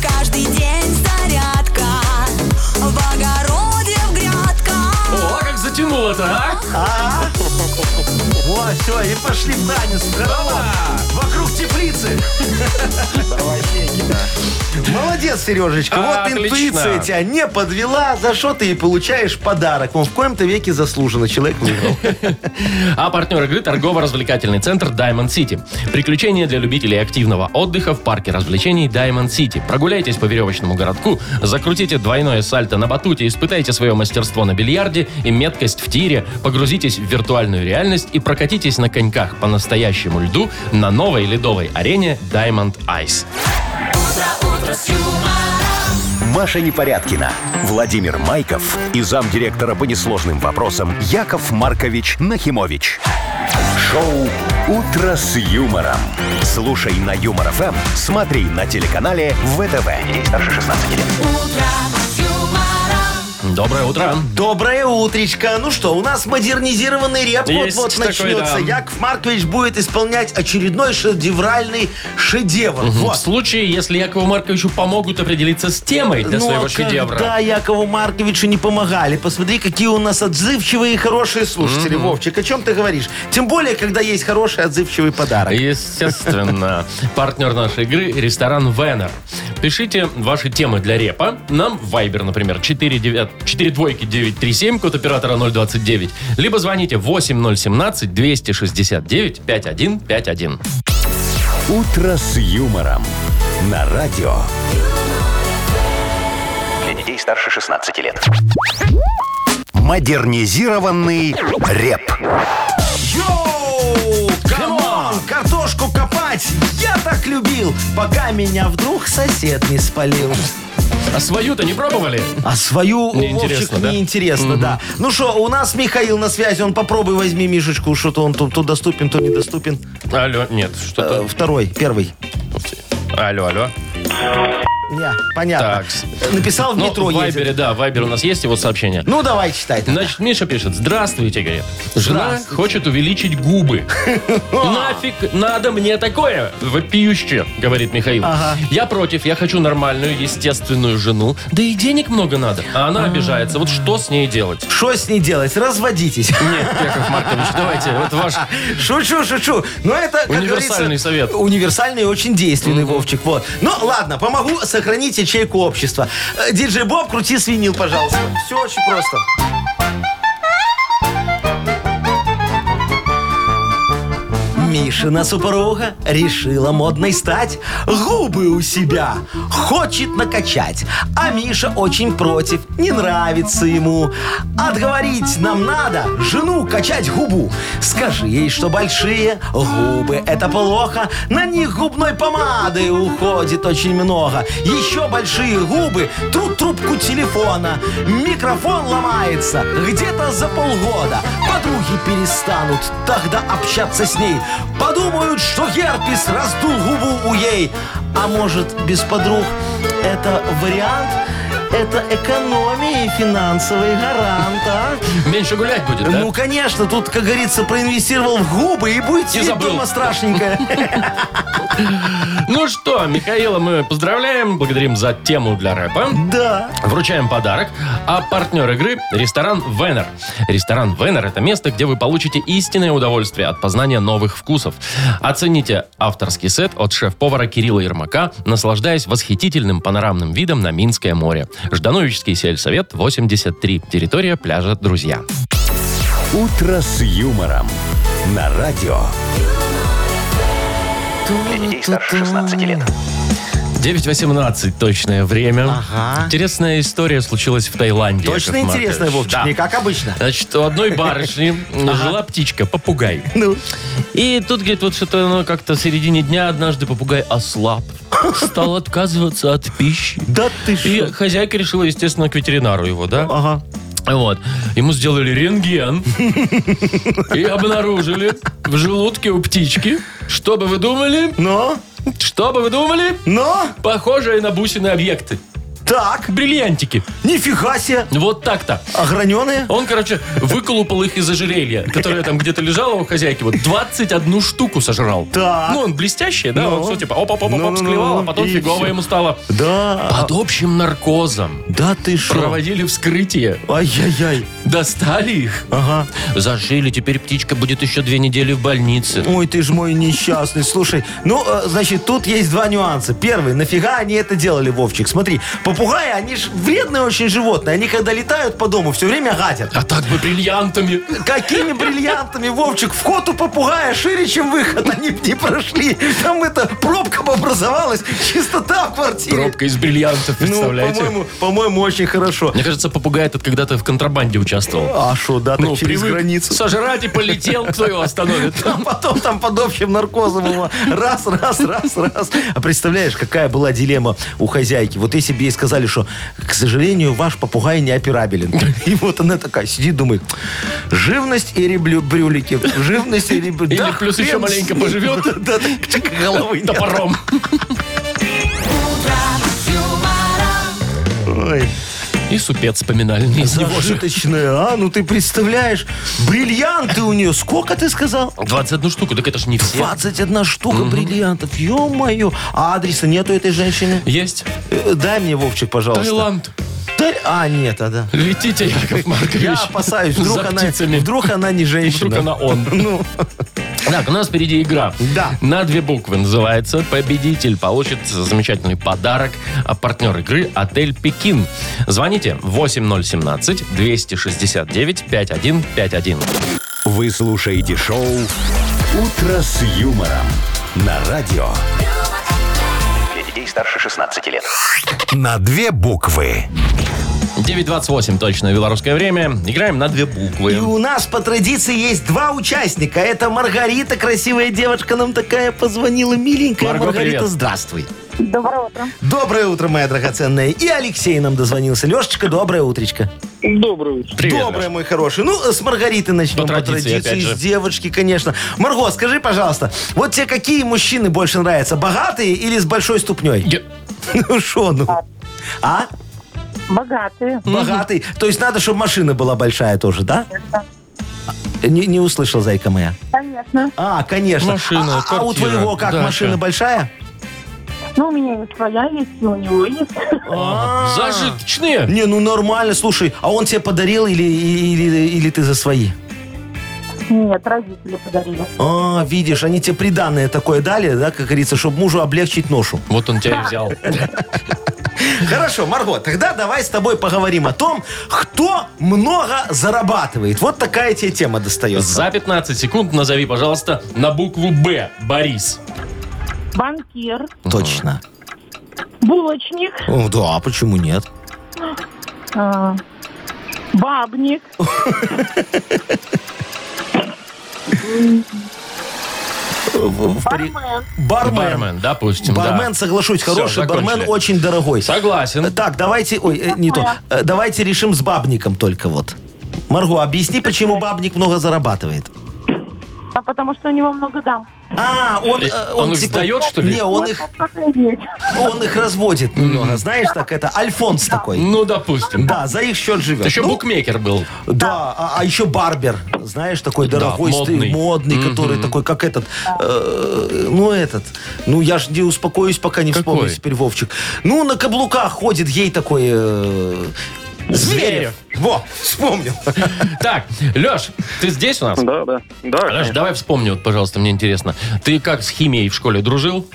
Speaker 4: Каждый день зарядка, в огороде в грядках.
Speaker 2: О, как затянуло-то, а?
Speaker 3: А? Вот, все, и пошли в танец. Браво! Вокруг теплицы. Молодец, Сережечка. Вот
Speaker 2: Отлично.
Speaker 3: интуиция тебя не подвела, за что ты и получаешь подарок. Он в коем-то веке заслуженно. Человек выиграл.
Speaker 2: А партнер игры торгово-развлекательный центр Diamond City. Приключения для любителей активного отдыха в парке развлечений Diamond City. Прогуляйтесь по веревочному городку, закрутите двойное сальто на батуте, испытайте свое мастерство на бильярде и меткость в тире, погрузитесь в виртуальную реальность и прокатитесь на коньках по настоящему льду на новой ледовой арене Diamond Ice.
Speaker 1: Маша Непорядкина, Владимир Майков и замдиректора по несложным вопросам Яков Маркович Нахимович. Шоу «Утро с юмором». Слушай на Юмор ФМ, смотри на телеканале ВТВ. Здесь старше 16 лет.
Speaker 4: Утро с юмором.
Speaker 2: Доброе утро.
Speaker 3: Доброе утречко. Ну что, у нас модернизированный реп
Speaker 2: Есть
Speaker 3: вот-вот
Speaker 2: такой,
Speaker 3: начнется.
Speaker 2: да.
Speaker 3: Яков Маркович будет исполнять очередной шедевральный шедевр.
Speaker 2: В
Speaker 3: Вот.
Speaker 2: случае, если Якову Марковичу помогут определиться с темой для
Speaker 3: Ну,
Speaker 2: своего
Speaker 3: а
Speaker 2: шедевра.
Speaker 3: когда Якову Марковичу не помогали. Посмотри, какие у нас отзывчивые и хорошие слушатели. Вовчик, о чем ты говоришь? Тем более, когда есть хороший отзывчивый подарок.
Speaker 2: Естественно. Партнер нашей игры – ресторан Венер. Пишите ваши темы для репа. Нам в Viber, например, 4 девят- 4 двойки 937, код оператора 029. Либо звоните 8017 269 5151.
Speaker 1: «Утро с юмором» на радио.
Speaker 5: Для детей старше 16 лет.
Speaker 1: Модернизированный реп.
Speaker 3: Йоу! Камон! Картошку копать! Я так любил, пока меня вдруг сосед не спалил.
Speaker 2: А свою-то не пробовали?
Speaker 3: А свою
Speaker 2: Мне
Speaker 3: у Вовчик
Speaker 2: интересно, да?
Speaker 3: неинтересно, да. Ну что, у нас Михаил на связи, он попробуй возьми Мишечку, что-то он то, то доступен, то недоступен.
Speaker 2: Алло, нет,
Speaker 3: Э,
Speaker 2: что-то...
Speaker 3: Второй, первый.
Speaker 2: Алло, алло.
Speaker 3: Не, понятно.
Speaker 2: Такс.
Speaker 3: Э, Написал в
Speaker 2: Ну,
Speaker 3: метро
Speaker 2: в
Speaker 3: едет.
Speaker 2: Вайбере, да, в Вайбере у нас есть его сообщение.
Speaker 3: Ну, давай читай. тогда.
Speaker 2: Значит, Миша пишет, здравствуйте, говорит. Жена
Speaker 3: Здравствуйте.
Speaker 2: хочет увеличить губы. Нафиг надо мне такое? Вопиюще, говорит Михаил.
Speaker 3: Ага.
Speaker 2: Я против, я хочу нормальную, естественную жену. Да и денег много надо. А она обижается. Вот что с ней делать?
Speaker 3: Что с ней делать? Разводитесь.
Speaker 2: Нет, Яков Маркович, давайте, вот ваш...
Speaker 3: Шучу, шучу. Но это, как
Speaker 2: Универсальный
Speaker 3: говорится,
Speaker 2: совет.
Speaker 3: Универсальный и очень действенный, Вовчик. Вот. Ну, ладно, помогу сохранить ячейку общества. Э, Диджей Боб, крути свинил, пожалуйста. Все очень просто. Мишина супруга решила модной стать, губы у себя хочет накачать, а Миша очень против, не нравится ему. Отговорить нам надо жену качать губу. Скажи ей, что большие губы это плохо, на них губной помады уходит очень много. Еще большие губы трут трубку телефона, микрофон ломается где-то за полгода. Подруги перестанут тогда общаться с ней. Подумают, что герпес раздул губу у ей. А может, без подруг это вариант? Это экономия и финансовый гарант, а?
Speaker 2: Меньше гулять будет, да?
Speaker 3: Ну, конечно, тут, как говорится, проинвестировал в губы и будет сидеть
Speaker 2: забыл.
Speaker 3: дома страшненько.
Speaker 2: Ну что, Михаила мы поздравляем, благодарим за тему для рэпа.
Speaker 3: Да.
Speaker 2: Вручаем подарок, а партнер игры – ресторан «Венер». Ресторан «Венер» – это место, где вы получите истинное удовольствие от познания новых вкусов. Оцените авторский сет от шеф-повара Кирилла Ермака, наслаждаясь восхитительным панорамным видом на Минское море. Ждановический сельсовет, 83. Территория пляжа «Друзья».
Speaker 1: «Утро с юмором» на радио.
Speaker 5: Для детей старше 16 лет.
Speaker 2: 9.18 точное время.
Speaker 3: Ага.
Speaker 2: Интересная история случилась в Таиланде.
Speaker 3: Точно
Speaker 2: Яков
Speaker 3: интересно,
Speaker 2: Маркович.
Speaker 3: Вовчик,
Speaker 2: Да.
Speaker 3: не как обычно.
Speaker 2: Значит, у одной барышни жила птичка, попугай.
Speaker 3: Ну.
Speaker 2: И тут, говорит, вот что-то оно как-то в середине дня однажды попугай ослаб. Стал отказываться от пищи.
Speaker 3: Да ты
Speaker 2: И
Speaker 3: что?
Speaker 2: хозяйка решила, естественно, к ветеринару его, да?
Speaker 3: Ага.
Speaker 2: Вот. Ему сделали рентген. И обнаружили в желудке у птички. Что бы вы думали?
Speaker 3: Но,
Speaker 2: Что бы вы думали?
Speaker 3: но,
Speaker 2: Похожие на бусины объекты.
Speaker 3: так,
Speaker 2: Бриллиантики.
Speaker 3: нифига себе,
Speaker 2: Вот так-то.
Speaker 3: ограненные.
Speaker 2: Он, короче, выколупал их из ожерелья, которое там где-то лежало у хозяйки. Вот 21 штуку сожрал.
Speaker 3: Так.
Speaker 2: Ну, он блестящий, да? Он все типа оп оп оп оп
Speaker 3: Ну-ну-ну.
Speaker 2: склевал, а потом
Speaker 3: И
Speaker 2: фигово
Speaker 3: всё.
Speaker 2: ему стало.
Speaker 3: Да,
Speaker 2: Под общим наркозом
Speaker 3: да ты что?
Speaker 2: проводили вскрытие,
Speaker 3: Ай-яй-яй.
Speaker 2: достали их,
Speaker 3: Ага.
Speaker 2: зажили, теперь птичка будет еще две недели в больнице.
Speaker 3: Ой, ты ж мой несчастный. Слушай, ну, э, значит, тут есть два нюанса. Первый, нафига они это делали, Вовчик? Смотри, попугаи, они же вредные очень животные. Они, когда летают по дому, все время гадят.
Speaker 2: А так бы бриллиантами.
Speaker 3: Какими бриллиантами, Вовчик? Вход у попугая шире, чем выход. Они б не прошли. Там это пробка бы образовалась. Чистота в квартире.
Speaker 2: Пробка из бриллиантов,
Speaker 3: Ну,
Speaker 2: представляете?
Speaker 3: по-моему, по-моему, очень хорошо.
Speaker 2: Мне кажется, попугай этот когда-то в контрабанде участвовал.
Speaker 3: А что, да, так
Speaker 2: Ну,
Speaker 3: через
Speaker 2: привык
Speaker 3: границу.
Speaker 2: сожрать и полетел, кто его остановит?
Speaker 3: А потом там под общим наркозом его раз, раз, раз, раз. А представляешь, какая была дилемма у хозяйки? Вот если бы ей сказали, что, к сожалению, ваш попугай не операбелен. И вот она такая сидит, думает, живность или брю- брюлики, живность или... брю-
Speaker 2: Или
Speaker 3: Да
Speaker 2: плюс
Speaker 3: хрен
Speaker 2: еще
Speaker 3: с
Speaker 2: маленько
Speaker 3: ним.
Speaker 2: поживет.
Speaker 3: Да, да, так головы нет.
Speaker 2: Топором.
Speaker 4: Утро с юмором.
Speaker 3: Ой.
Speaker 2: И супец вспоминали. Не из него же.
Speaker 3: Зажиточная, а? Ну ты представляешь, бриллианты у нее. Сколько ты сказал?
Speaker 2: 21 штуку, так это ж не все.
Speaker 3: 21 штука бриллиантов. Ё-моё. А адреса нету этой женщины?
Speaker 2: Есть.
Speaker 3: Э, Дай мне, Вовчик, пожалуйста.
Speaker 2: Таиланд.
Speaker 3: Тай- А, нет, а да.
Speaker 2: Летите, Яков Маркович.
Speaker 3: Я опасаюсь, вдруг,
Speaker 2: За
Speaker 3: она,
Speaker 2: птицами.
Speaker 3: вдруг она не женщина.
Speaker 2: Вдруг она он.
Speaker 3: Ну,
Speaker 2: Так, у нас впереди игра.
Speaker 3: Да.
Speaker 2: На две буквы называется. Победитель получит замечательный подарок. А партнер игры – отель «Пекин». Звоните 8017-269-5151.
Speaker 1: Вы слушаете шоу «Утро с юмором» на радио.
Speaker 5: Для детей старше 16 лет.
Speaker 1: На две буквы.
Speaker 2: 9.28 точно белорусское время. Играем на две буквы.
Speaker 3: и у нас по традиции есть два участника. Это Маргарита, красивая девочка, нам такая позвонила, миленькая.
Speaker 2: Марго,
Speaker 3: Маргарита,
Speaker 2: привет.
Speaker 3: здравствуй.
Speaker 8: Доброе утро.
Speaker 3: Доброе утро, моя драгоценная. И Алексей нам дозвонился. Лешечка, доброе утречко.
Speaker 7: Доброе утро.
Speaker 2: Привет,
Speaker 3: доброе,
Speaker 2: Леш.
Speaker 3: мой хороший. Ну, э, с Маргариты начнем.
Speaker 2: По традиции, опять же.
Speaker 3: с девочки, конечно. Марго, скажи, пожалуйста, вот тебе какие мужчины больше нравятся? Богатые или с большой ступней?
Speaker 2: Е-
Speaker 3: Ну, шо, ну? А?
Speaker 8: Богатые.
Speaker 3: Богатый. То есть надо, чтобы машина была большая тоже, да? А, Не, не услышал, зайка моя.
Speaker 8: Конечно.
Speaker 3: А, конечно.
Speaker 2: Машина,
Speaker 3: а, а- а у
Speaker 2: квартира,
Speaker 3: твоего как,
Speaker 2: дача.
Speaker 3: машина большая?
Speaker 8: Ну, у меня есть своя, есть и у него есть.
Speaker 3: А.
Speaker 2: Зажиточные.
Speaker 3: Не, ну нормально, слушай. А он тебе подарил или, или, или ты за свои?
Speaker 8: Нет, родители подарили.
Speaker 3: А, видишь, они тебе приданное такое дали, да, как говорится, чтобы мужу облегчить ношу.
Speaker 2: Вот он тебя и взял.
Speaker 3: Хорошо, Марго, тогда давай с тобой поговорим о том, кто много зарабатывает. Вот такая тебе тема достается.
Speaker 2: За 15 секунд назови, пожалуйста, на букву «Б» Борис.
Speaker 8: Банкир,
Speaker 3: Точно.
Speaker 8: булочник,
Speaker 3: О, да, почему нет?
Speaker 8: а, бабник. Бармен.
Speaker 3: Бармен.
Speaker 2: Бармен, допустим. да.
Speaker 3: Бармен, соглашусь,
Speaker 2: Всё,
Speaker 3: хороший бармен,
Speaker 2: закончили.
Speaker 3: очень дорогой. Э,
Speaker 2: Согласен.
Speaker 3: Так, давайте, ой, э, не то. Э, Давайте решим с бабником только вот. Марго, объясни, почему бабник много зарабатывает.
Speaker 8: А потому что у него много дам.
Speaker 3: А, он...
Speaker 2: Э,
Speaker 3: э,
Speaker 2: он их сдает, что ли?
Speaker 3: Не, А он их,
Speaker 8: Вот так и есть.
Speaker 3: он их разводит немного, знаешь, так это, Альфонс такой.
Speaker 2: Ну, допустим.
Speaker 3: Да, за их счет живет.
Speaker 2: Еще
Speaker 3: Ну,
Speaker 2: букмекер был.
Speaker 3: Да, а, а еще барбер, знаешь, такой дорогой,
Speaker 2: модный.
Speaker 3: модный, модный который такой, как этот, э, ну этот, ну я ж не успокоюсь, пока не
Speaker 2: Какой?
Speaker 3: вспомню теперь Вовчик. Ну на каблуках ходит ей такой... э,
Speaker 2: Зверев.
Speaker 3: Зверев. Во, вспомнил.
Speaker 2: Так, Леш, ты здесь у нас?
Speaker 7: Да, да. Да,
Speaker 2: Леш, давай вспомни, вот, пожалуйста, мне интересно. Ты как с химией в школе дружил?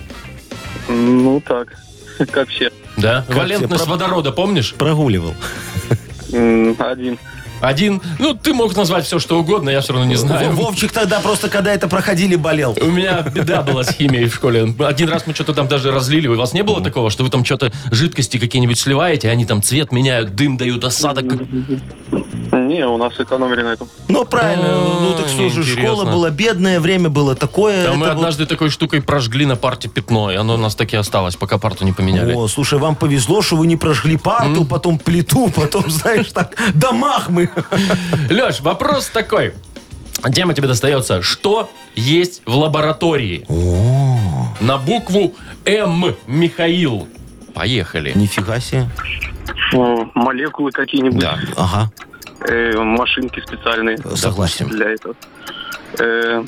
Speaker 7: Ну так, как все.
Speaker 2: Да.
Speaker 3: Как
Speaker 2: Валентность
Speaker 3: тебе?
Speaker 2: водорода, помнишь?
Speaker 3: Прогуливал.
Speaker 7: М, Один.
Speaker 2: Один. Ну, ты мог назвать все, что угодно, я все равно не знаю.
Speaker 3: Вовчик тогда просто, когда это проходили, болел.
Speaker 2: У меня беда была с химией в школе. Один раз мы что-то там даже разлили. У вас не было такого, что вы там что-то жидкости какие-нибудь сливаете, они там цвет меняют, дым дают, осадок? как-
Speaker 7: Не, у нас экономили на этом.
Speaker 3: Ну, правильно.
Speaker 2: А,
Speaker 3: Ну, так что же,
Speaker 2: интересно.
Speaker 3: школа была бедная, время было такое.
Speaker 2: Да, мы
Speaker 3: это вот-
Speaker 2: однажды такой штукой прожгли на парте пятно, и оно у нас таки осталось, пока парту не поменяли.
Speaker 3: О, слушай, вам повезло, что вы не прожгли парту, потом плиту, потом, знаешь, так, домах мы.
Speaker 2: Леш, вопрос такой. Тема тебе достается. Что есть в лаборатории? На букву М. Михаил. Поехали.
Speaker 3: Нифига себе.
Speaker 7: О, Молекулы какие-нибудь,
Speaker 2: Да.
Speaker 3: Ага,
Speaker 7: э, машинки специальные
Speaker 3: согласен.
Speaker 7: для этого. Э,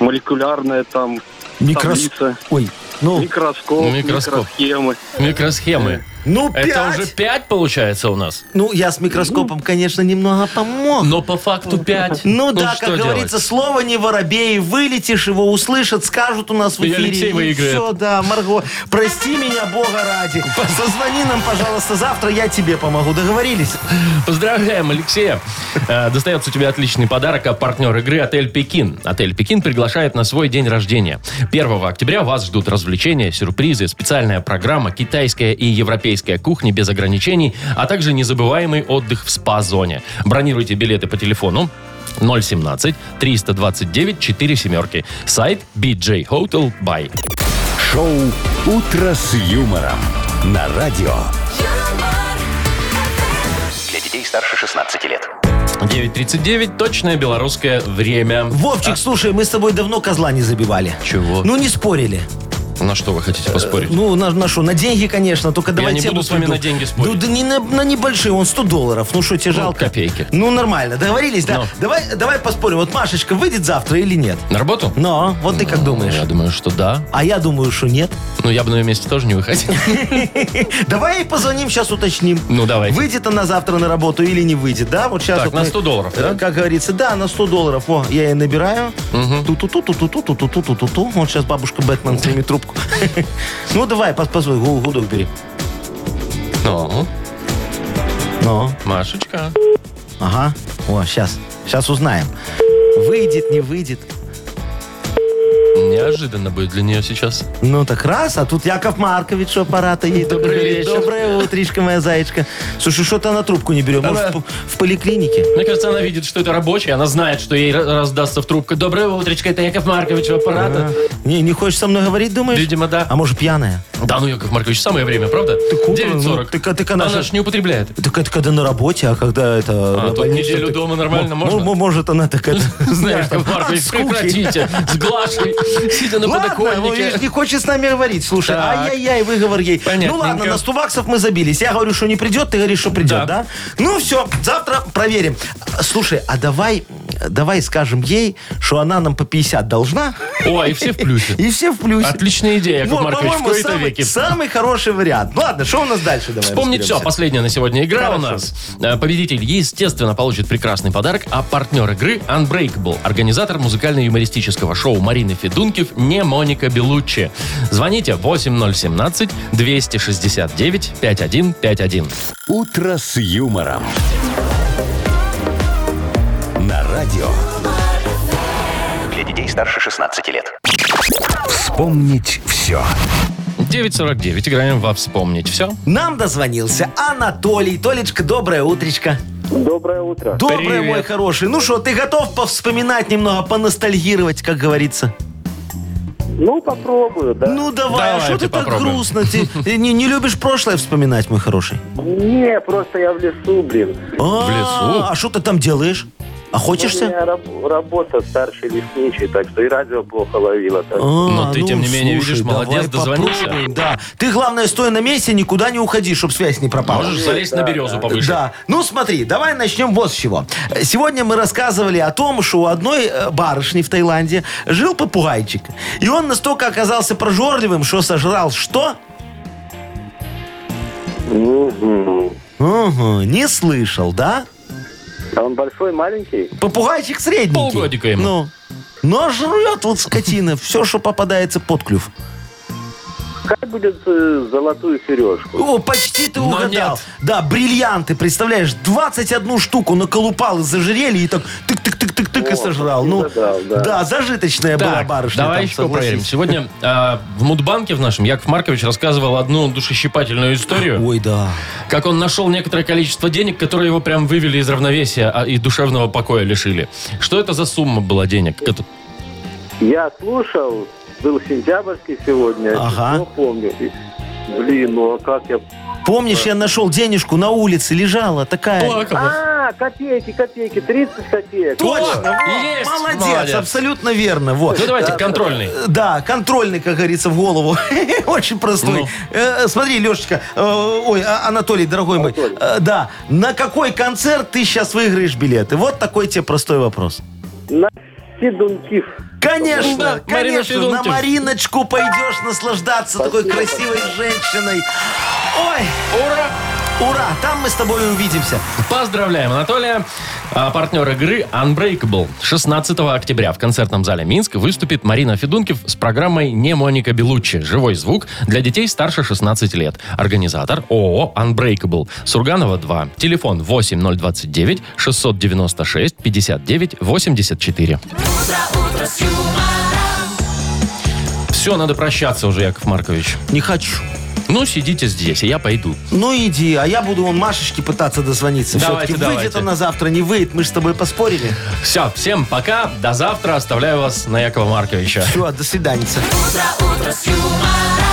Speaker 7: Молекулярная там
Speaker 3: Микрос...
Speaker 7: таблица,
Speaker 3: Ой, ну,
Speaker 7: микроскоп,
Speaker 2: Микроскоп.
Speaker 7: микросхемы.
Speaker 2: Микросхемы.
Speaker 3: ну пять.
Speaker 2: Это уже 5 получается у нас.
Speaker 3: Ну, я с микроскопом, конечно, немного помог.
Speaker 2: Но по факту 5.
Speaker 3: Ну да, как говорится, слово не воробей, вылетишь, его услышат, скажут у нас в
Speaker 2: И
Speaker 3: эфире.
Speaker 2: Алексей выиграет.
Speaker 3: Все, да, Марго, прости меня, бога ради. Созвони нам, пожалуйста, завтра, я тебе помогу. Договорились?
Speaker 2: Поздравляем, Алексея. Э, Достается тебе отличный подарок, а партнер игры «Отель Пекин». «Отель Пекин» приглашает на свой день рождения. 1 октября вас ждут развлечения, сюрпризы, специальная программа, китайская и европейская кухни без ограничений, а также незабываемый отдых в спа-зоне. Бронируйте билеты по телефону 017-329-4 семерки. Сайт BJ Hotel Buy.
Speaker 1: Шоу «Утро с юмором» на радио.
Speaker 4: юмор,
Speaker 5: Для детей старше 16 лет.
Speaker 2: 9.39, точное белорусское время.
Speaker 3: Вовчик, слушай, мы с тобой давно козла не забивали.
Speaker 2: Чего?
Speaker 3: Ну, не спорили.
Speaker 2: На что вы хотите поспорить?
Speaker 3: Ну, на, на что? На деньги, конечно. Только давай
Speaker 2: не
Speaker 3: тему
Speaker 2: буду с вами
Speaker 3: пойду.
Speaker 2: на деньги спорить.
Speaker 3: Ну, да не на, на небольшие. Он 100 долларов. Ну, что, тебе жалко?
Speaker 2: копейки. Ну.
Speaker 3: Ну, нормально. Договорились, да?
Speaker 2: Но.
Speaker 3: Давай, давай поспорим. Вот Машечка выйдет завтра или нет?
Speaker 2: На работу?
Speaker 3: Но, вот ты как думаешь?
Speaker 2: Ну, Я думаю, что да.
Speaker 3: А я думаю, что нет.
Speaker 2: Ну, я бы на ее месте тоже не выходил.
Speaker 3: Давай ей позвоним, сейчас уточним.
Speaker 2: Ну, давайте.
Speaker 3: Выйдет она завтра на работу или не выйдет, да? Вот сейчас
Speaker 2: Так,
Speaker 3: вот
Speaker 2: на
Speaker 3: мы,
Speaker 2: 100 долларов,
Speaker 3: э,
Speaker 2: да?
Speaker 3: Как говорится, да, на 100 долларов. О, я ей набираю. Ту-ту-ту-ту-ту-ту-ту-ту-ту-ту-ту. Вот сейчас бабушка Бэтмен снимет трубку. Ну, давай, пос- позволь, гу- гудок бери.
Speaker 2: Ну,
Speaker 3: Ну,
Speaker 2: Машечка.
Speaker 3: ага. О, сейчас. Сейчас узнаем. Выйдет, не выйдет.
Speaker 2: Неожиданно будет для нее сейчас.
Speaker 3: Ну так раз, а тут Яков Маркович у аппарата ей.
Speaker 2: Добрый вечер.
Speaker 3: Доброе утречко, моя зайчка. Слушай, что-то она трубку не берет. Может,
Speaker 2: Она-
Speaker 3: в, в поликлинике?
Speaker 2: Мне кажется, она видит, что это рабочий, она знает, что ей ра- раздастся в трубку. Доброе утречко, это Яков Маркович у аппарата.
Speaker 3: А? Не, не хочешь со мной говорить, думаешь?
Speaker 2: Видимо, да.
Speaker 3: А может, пьяная?
Speaker 2: Да ну, Яков Маркович, самое время, правда?
Speaker 3: Так утром,
Speaker 2: 9.40.
Speaker 3: ну, так, а- так она
Speaker 2: Она
Speaker 3: же-
Speaker 2: же не употребляет.
Speaker 3: Так это когда на работе, а когда это... на
Speaker 2: тут
Speaker 3: больничном,
Speaker 2: неделю
Speaker 3: так-
Speaker 2: дома нормально
Speaker 3: Мо-
Speaker 2: можно?
Speaker 3: мо- Может, она так это...
Speaker 2: Знаешь, Яков
Speaker 3: от
Speaker 2: Маркович,
Speaker 3: скуки.
Speaker 2: прекратите. С Глашей, сидя на
Speaker 3: Ладно, ну,
Speaker 2: подоконнике.
Speaker 3: видишь, не хочет с нами говорить. Слушай,
Speaker 2: Так.
Speaker 3: ай-яй-яй, выговор ей.
Speaker 2: Понятненько.
Speaker 3: Ну ладно, на 100 баксов мы забились. Я говорю, что не придет, ты говоришь, что
Speaker 2: Да.
Speaker 3: придет, да? Ну все, завтра проверим. Слушай, а давай, давай скажем ей, что она нам по 50 должна,
Speaker 2: Ой, и все в плюсе.
Speaker 3: и все в плюсе.
Speaker 2: Отличная идея, Яков
Speaker 3: Во,
Speaker 2: Маркович, в
Speaker 3: по-моему,
Speaker 2: кои-то
Speaker 3: самый,
Speaker 2: веки.
Speaker 3: самый хороший вариант. Ну, Ладно, что у нас дальше? Давай
Speaker 2: Вспомнить а все.
Speaker 3: разберемся.
Speaker 2: Последняя на сегодня игра у
Speaker 3: Хорошо.
Speaker 2: нас. Э, Победитель, естественно, получит прекрасный подарок, а партнер игры Unbreakable, организатор музыкально-юмористического шоу Марины Федункив, не Моника Белуччи. Звоните 8017-269-5151.
Speaker 1: «Утро с юмором». На радио.
Speaker 5: Для детей старше 16 лет.
Speaker 1: Вспомнить все.
Speaker 2: 949. Играем во «Вспомнить все».
Speaker 3: Нам дозвонился Анатолий. Толечка, доброе утречко.
Speaker 6: Доброе утро.
Speaker 3: Доброе,
Speaker 2: Привет.
Speaker 3: мой хороший. Ну что, ты готов повспоминать немного, поностальгировать, как говорится?
Speaker 6: Ну, попробую, да.
Speaker 3: Ну давай,
Speaker 2: Давай,
Speaker 3: а что
Speaker 2: ты
Speaker 3: ты, так
Speaker 2: попробуй.
Speaker 3: грустно? Ты ты не, не любишь прошлое вспоминать, мой хороший?
Speaker 6: Не, просто я в лесу, блин.
Speaker 3: А,
Speaker 2: лесу?
Speaker 3: А что ты там делаешь?
Speaker 6: У
Speaker 3: Охотишься?
Speaker 6: меня раб- работа старший лесничий, так что и радио плохо ловило. так.
Speaker 3: А.
Speaker 2: Но ты, тем не менее, видишь,
Speaker 3: ну, давай
Speaker 2: молодец, дозвонился.
Speaker 3: попробуем, Да. Ты, главное, стой на месте, никуда не уходи, чтобы связь не пропала.
Speaker 2: Можешь залезть на березу повыше.
Speaker 3: Да. Ну смотри, давай начнем вот с чего. Э, Сегодня мы рассказывали о том, что у одной э, барышни в Таиланде жил попугайчик. И он настолько оказался прожорливым, что сожрал что?
Speaker 6: Мгм.
Speaker 3: Угу, не слышал, да?
Speaker 6: А он большой, маленький?
Speaker 3: Попугайчик средний.
Speaker 2: Полгодика ему.
Speaker 3: Ну. Но жрет вот скотина все, что попадается под клюв.
Speaker 6: Как будет э, золотую сережку?
Speaker 3: О, почти ты
Speaker 2: Но
Speaker 3: угадал.
Speaker 2: нет.
Speaker 3: Да, бриллианты, представляешь, 21 штуку наколупал из зажерелья и так тык-тык-тык-тык-тык и
Speaker 6: О,
Speaker 3: сыжрал.
Speaker 6: почти
Speaker 3: Ну,
Speaker 6: угадал, да.
Speaker 3: зажиточная была
Speaker 2: Так,
Speaker 3: барышня.
Speaker 2: давай
Speaker 3: там,
Speaker 2: еще
Speaker 3: согласись.
Speaker 2: проверим. Сегодня э, в Мудбанке в нашем Яков Маркович рассказывал одну душещипательную историю.
Speaker 3: Ой, да.
Speaker 2: Как он нашел некоторое количество денег, которые его прям вывели из равновесия а, и душевного покоя лишили. Что это за сумма была денег? Это-
Speaker 6: Я слушал, был сентябрьский сегодня,
Speaker 3: Ага.
Speaker 6: число помню. И, Блин, ну а как я...
Speaker 3: Помнишь, я нашел денежку на улице, лежала такая.
Speaker 2: Плакала.
Speaker 6: А, копейки, копейки, 30 копеек.
Speaker 3: Точно, вот,
Speaker 2: Есть,
Speaker 3: молодец,
Speaker 2: молодец.
Speaker 3: абсолютно верно. Вот.
Speaker 2: Ну давайте, контрольный.
Speaker 3: Э, Да, контрольный, как говорится, в голову. Очень
Speaker 2: Ну.
Speaker 3: простой. Э, Смотри, Лешечка, э, ой, а- Анатолий, дорогой мой,
Speaker 6: Анатолий.
Speaker 3: э, да, на какой концерт ты сейчас выиграешь билеты? Вот такой тебе простой вопрос.
Speaker 6: На Федункив.
Speaker 3: Конечно,
Speaker 2: Ну, Да, Марина
Speaker 3: конечно, на
Speaker 2: Федункив.
Speaker 3: Мариночку пойдешь наслаждаться такой красивой женщиной. Ой,
Speaker 2: Ура!
Speaker 3: ура, там мы с тобой увидимся.
Speaker 2: Поздравляем Анатолия. А партнер игры Unbreakable. 16 октября в концертном зале Минск выступит Марина Федункив с программой «Не Моника Белуччи. Живой звук» для детей старше 16 лет. Организатор ООО Unbreakable. Сурганова 2. Телефон 8029 696 59 84. Все, надо прощаться уже, Яков Маркович.
Speaker 3: Не хочу.
Speaker 2: Ну, сидите здесь, и я пойду.
Speaker 3: Ну иди, а я буду вон Машечке пытаться дозвониться.
Speaker 2: Давайте,
Speaker 3: Все-таки выйдет
Speaker 2: давайте.
Speaker 3: она завтра, не выйдет, мы же с тобой поспорили.
Speaker 2: Все, всем пока. До завтра. Оставляю вас на Якова Марковича.
Speaker 3: Все, до свидания.
Speaker 4: утро, утро с юмором.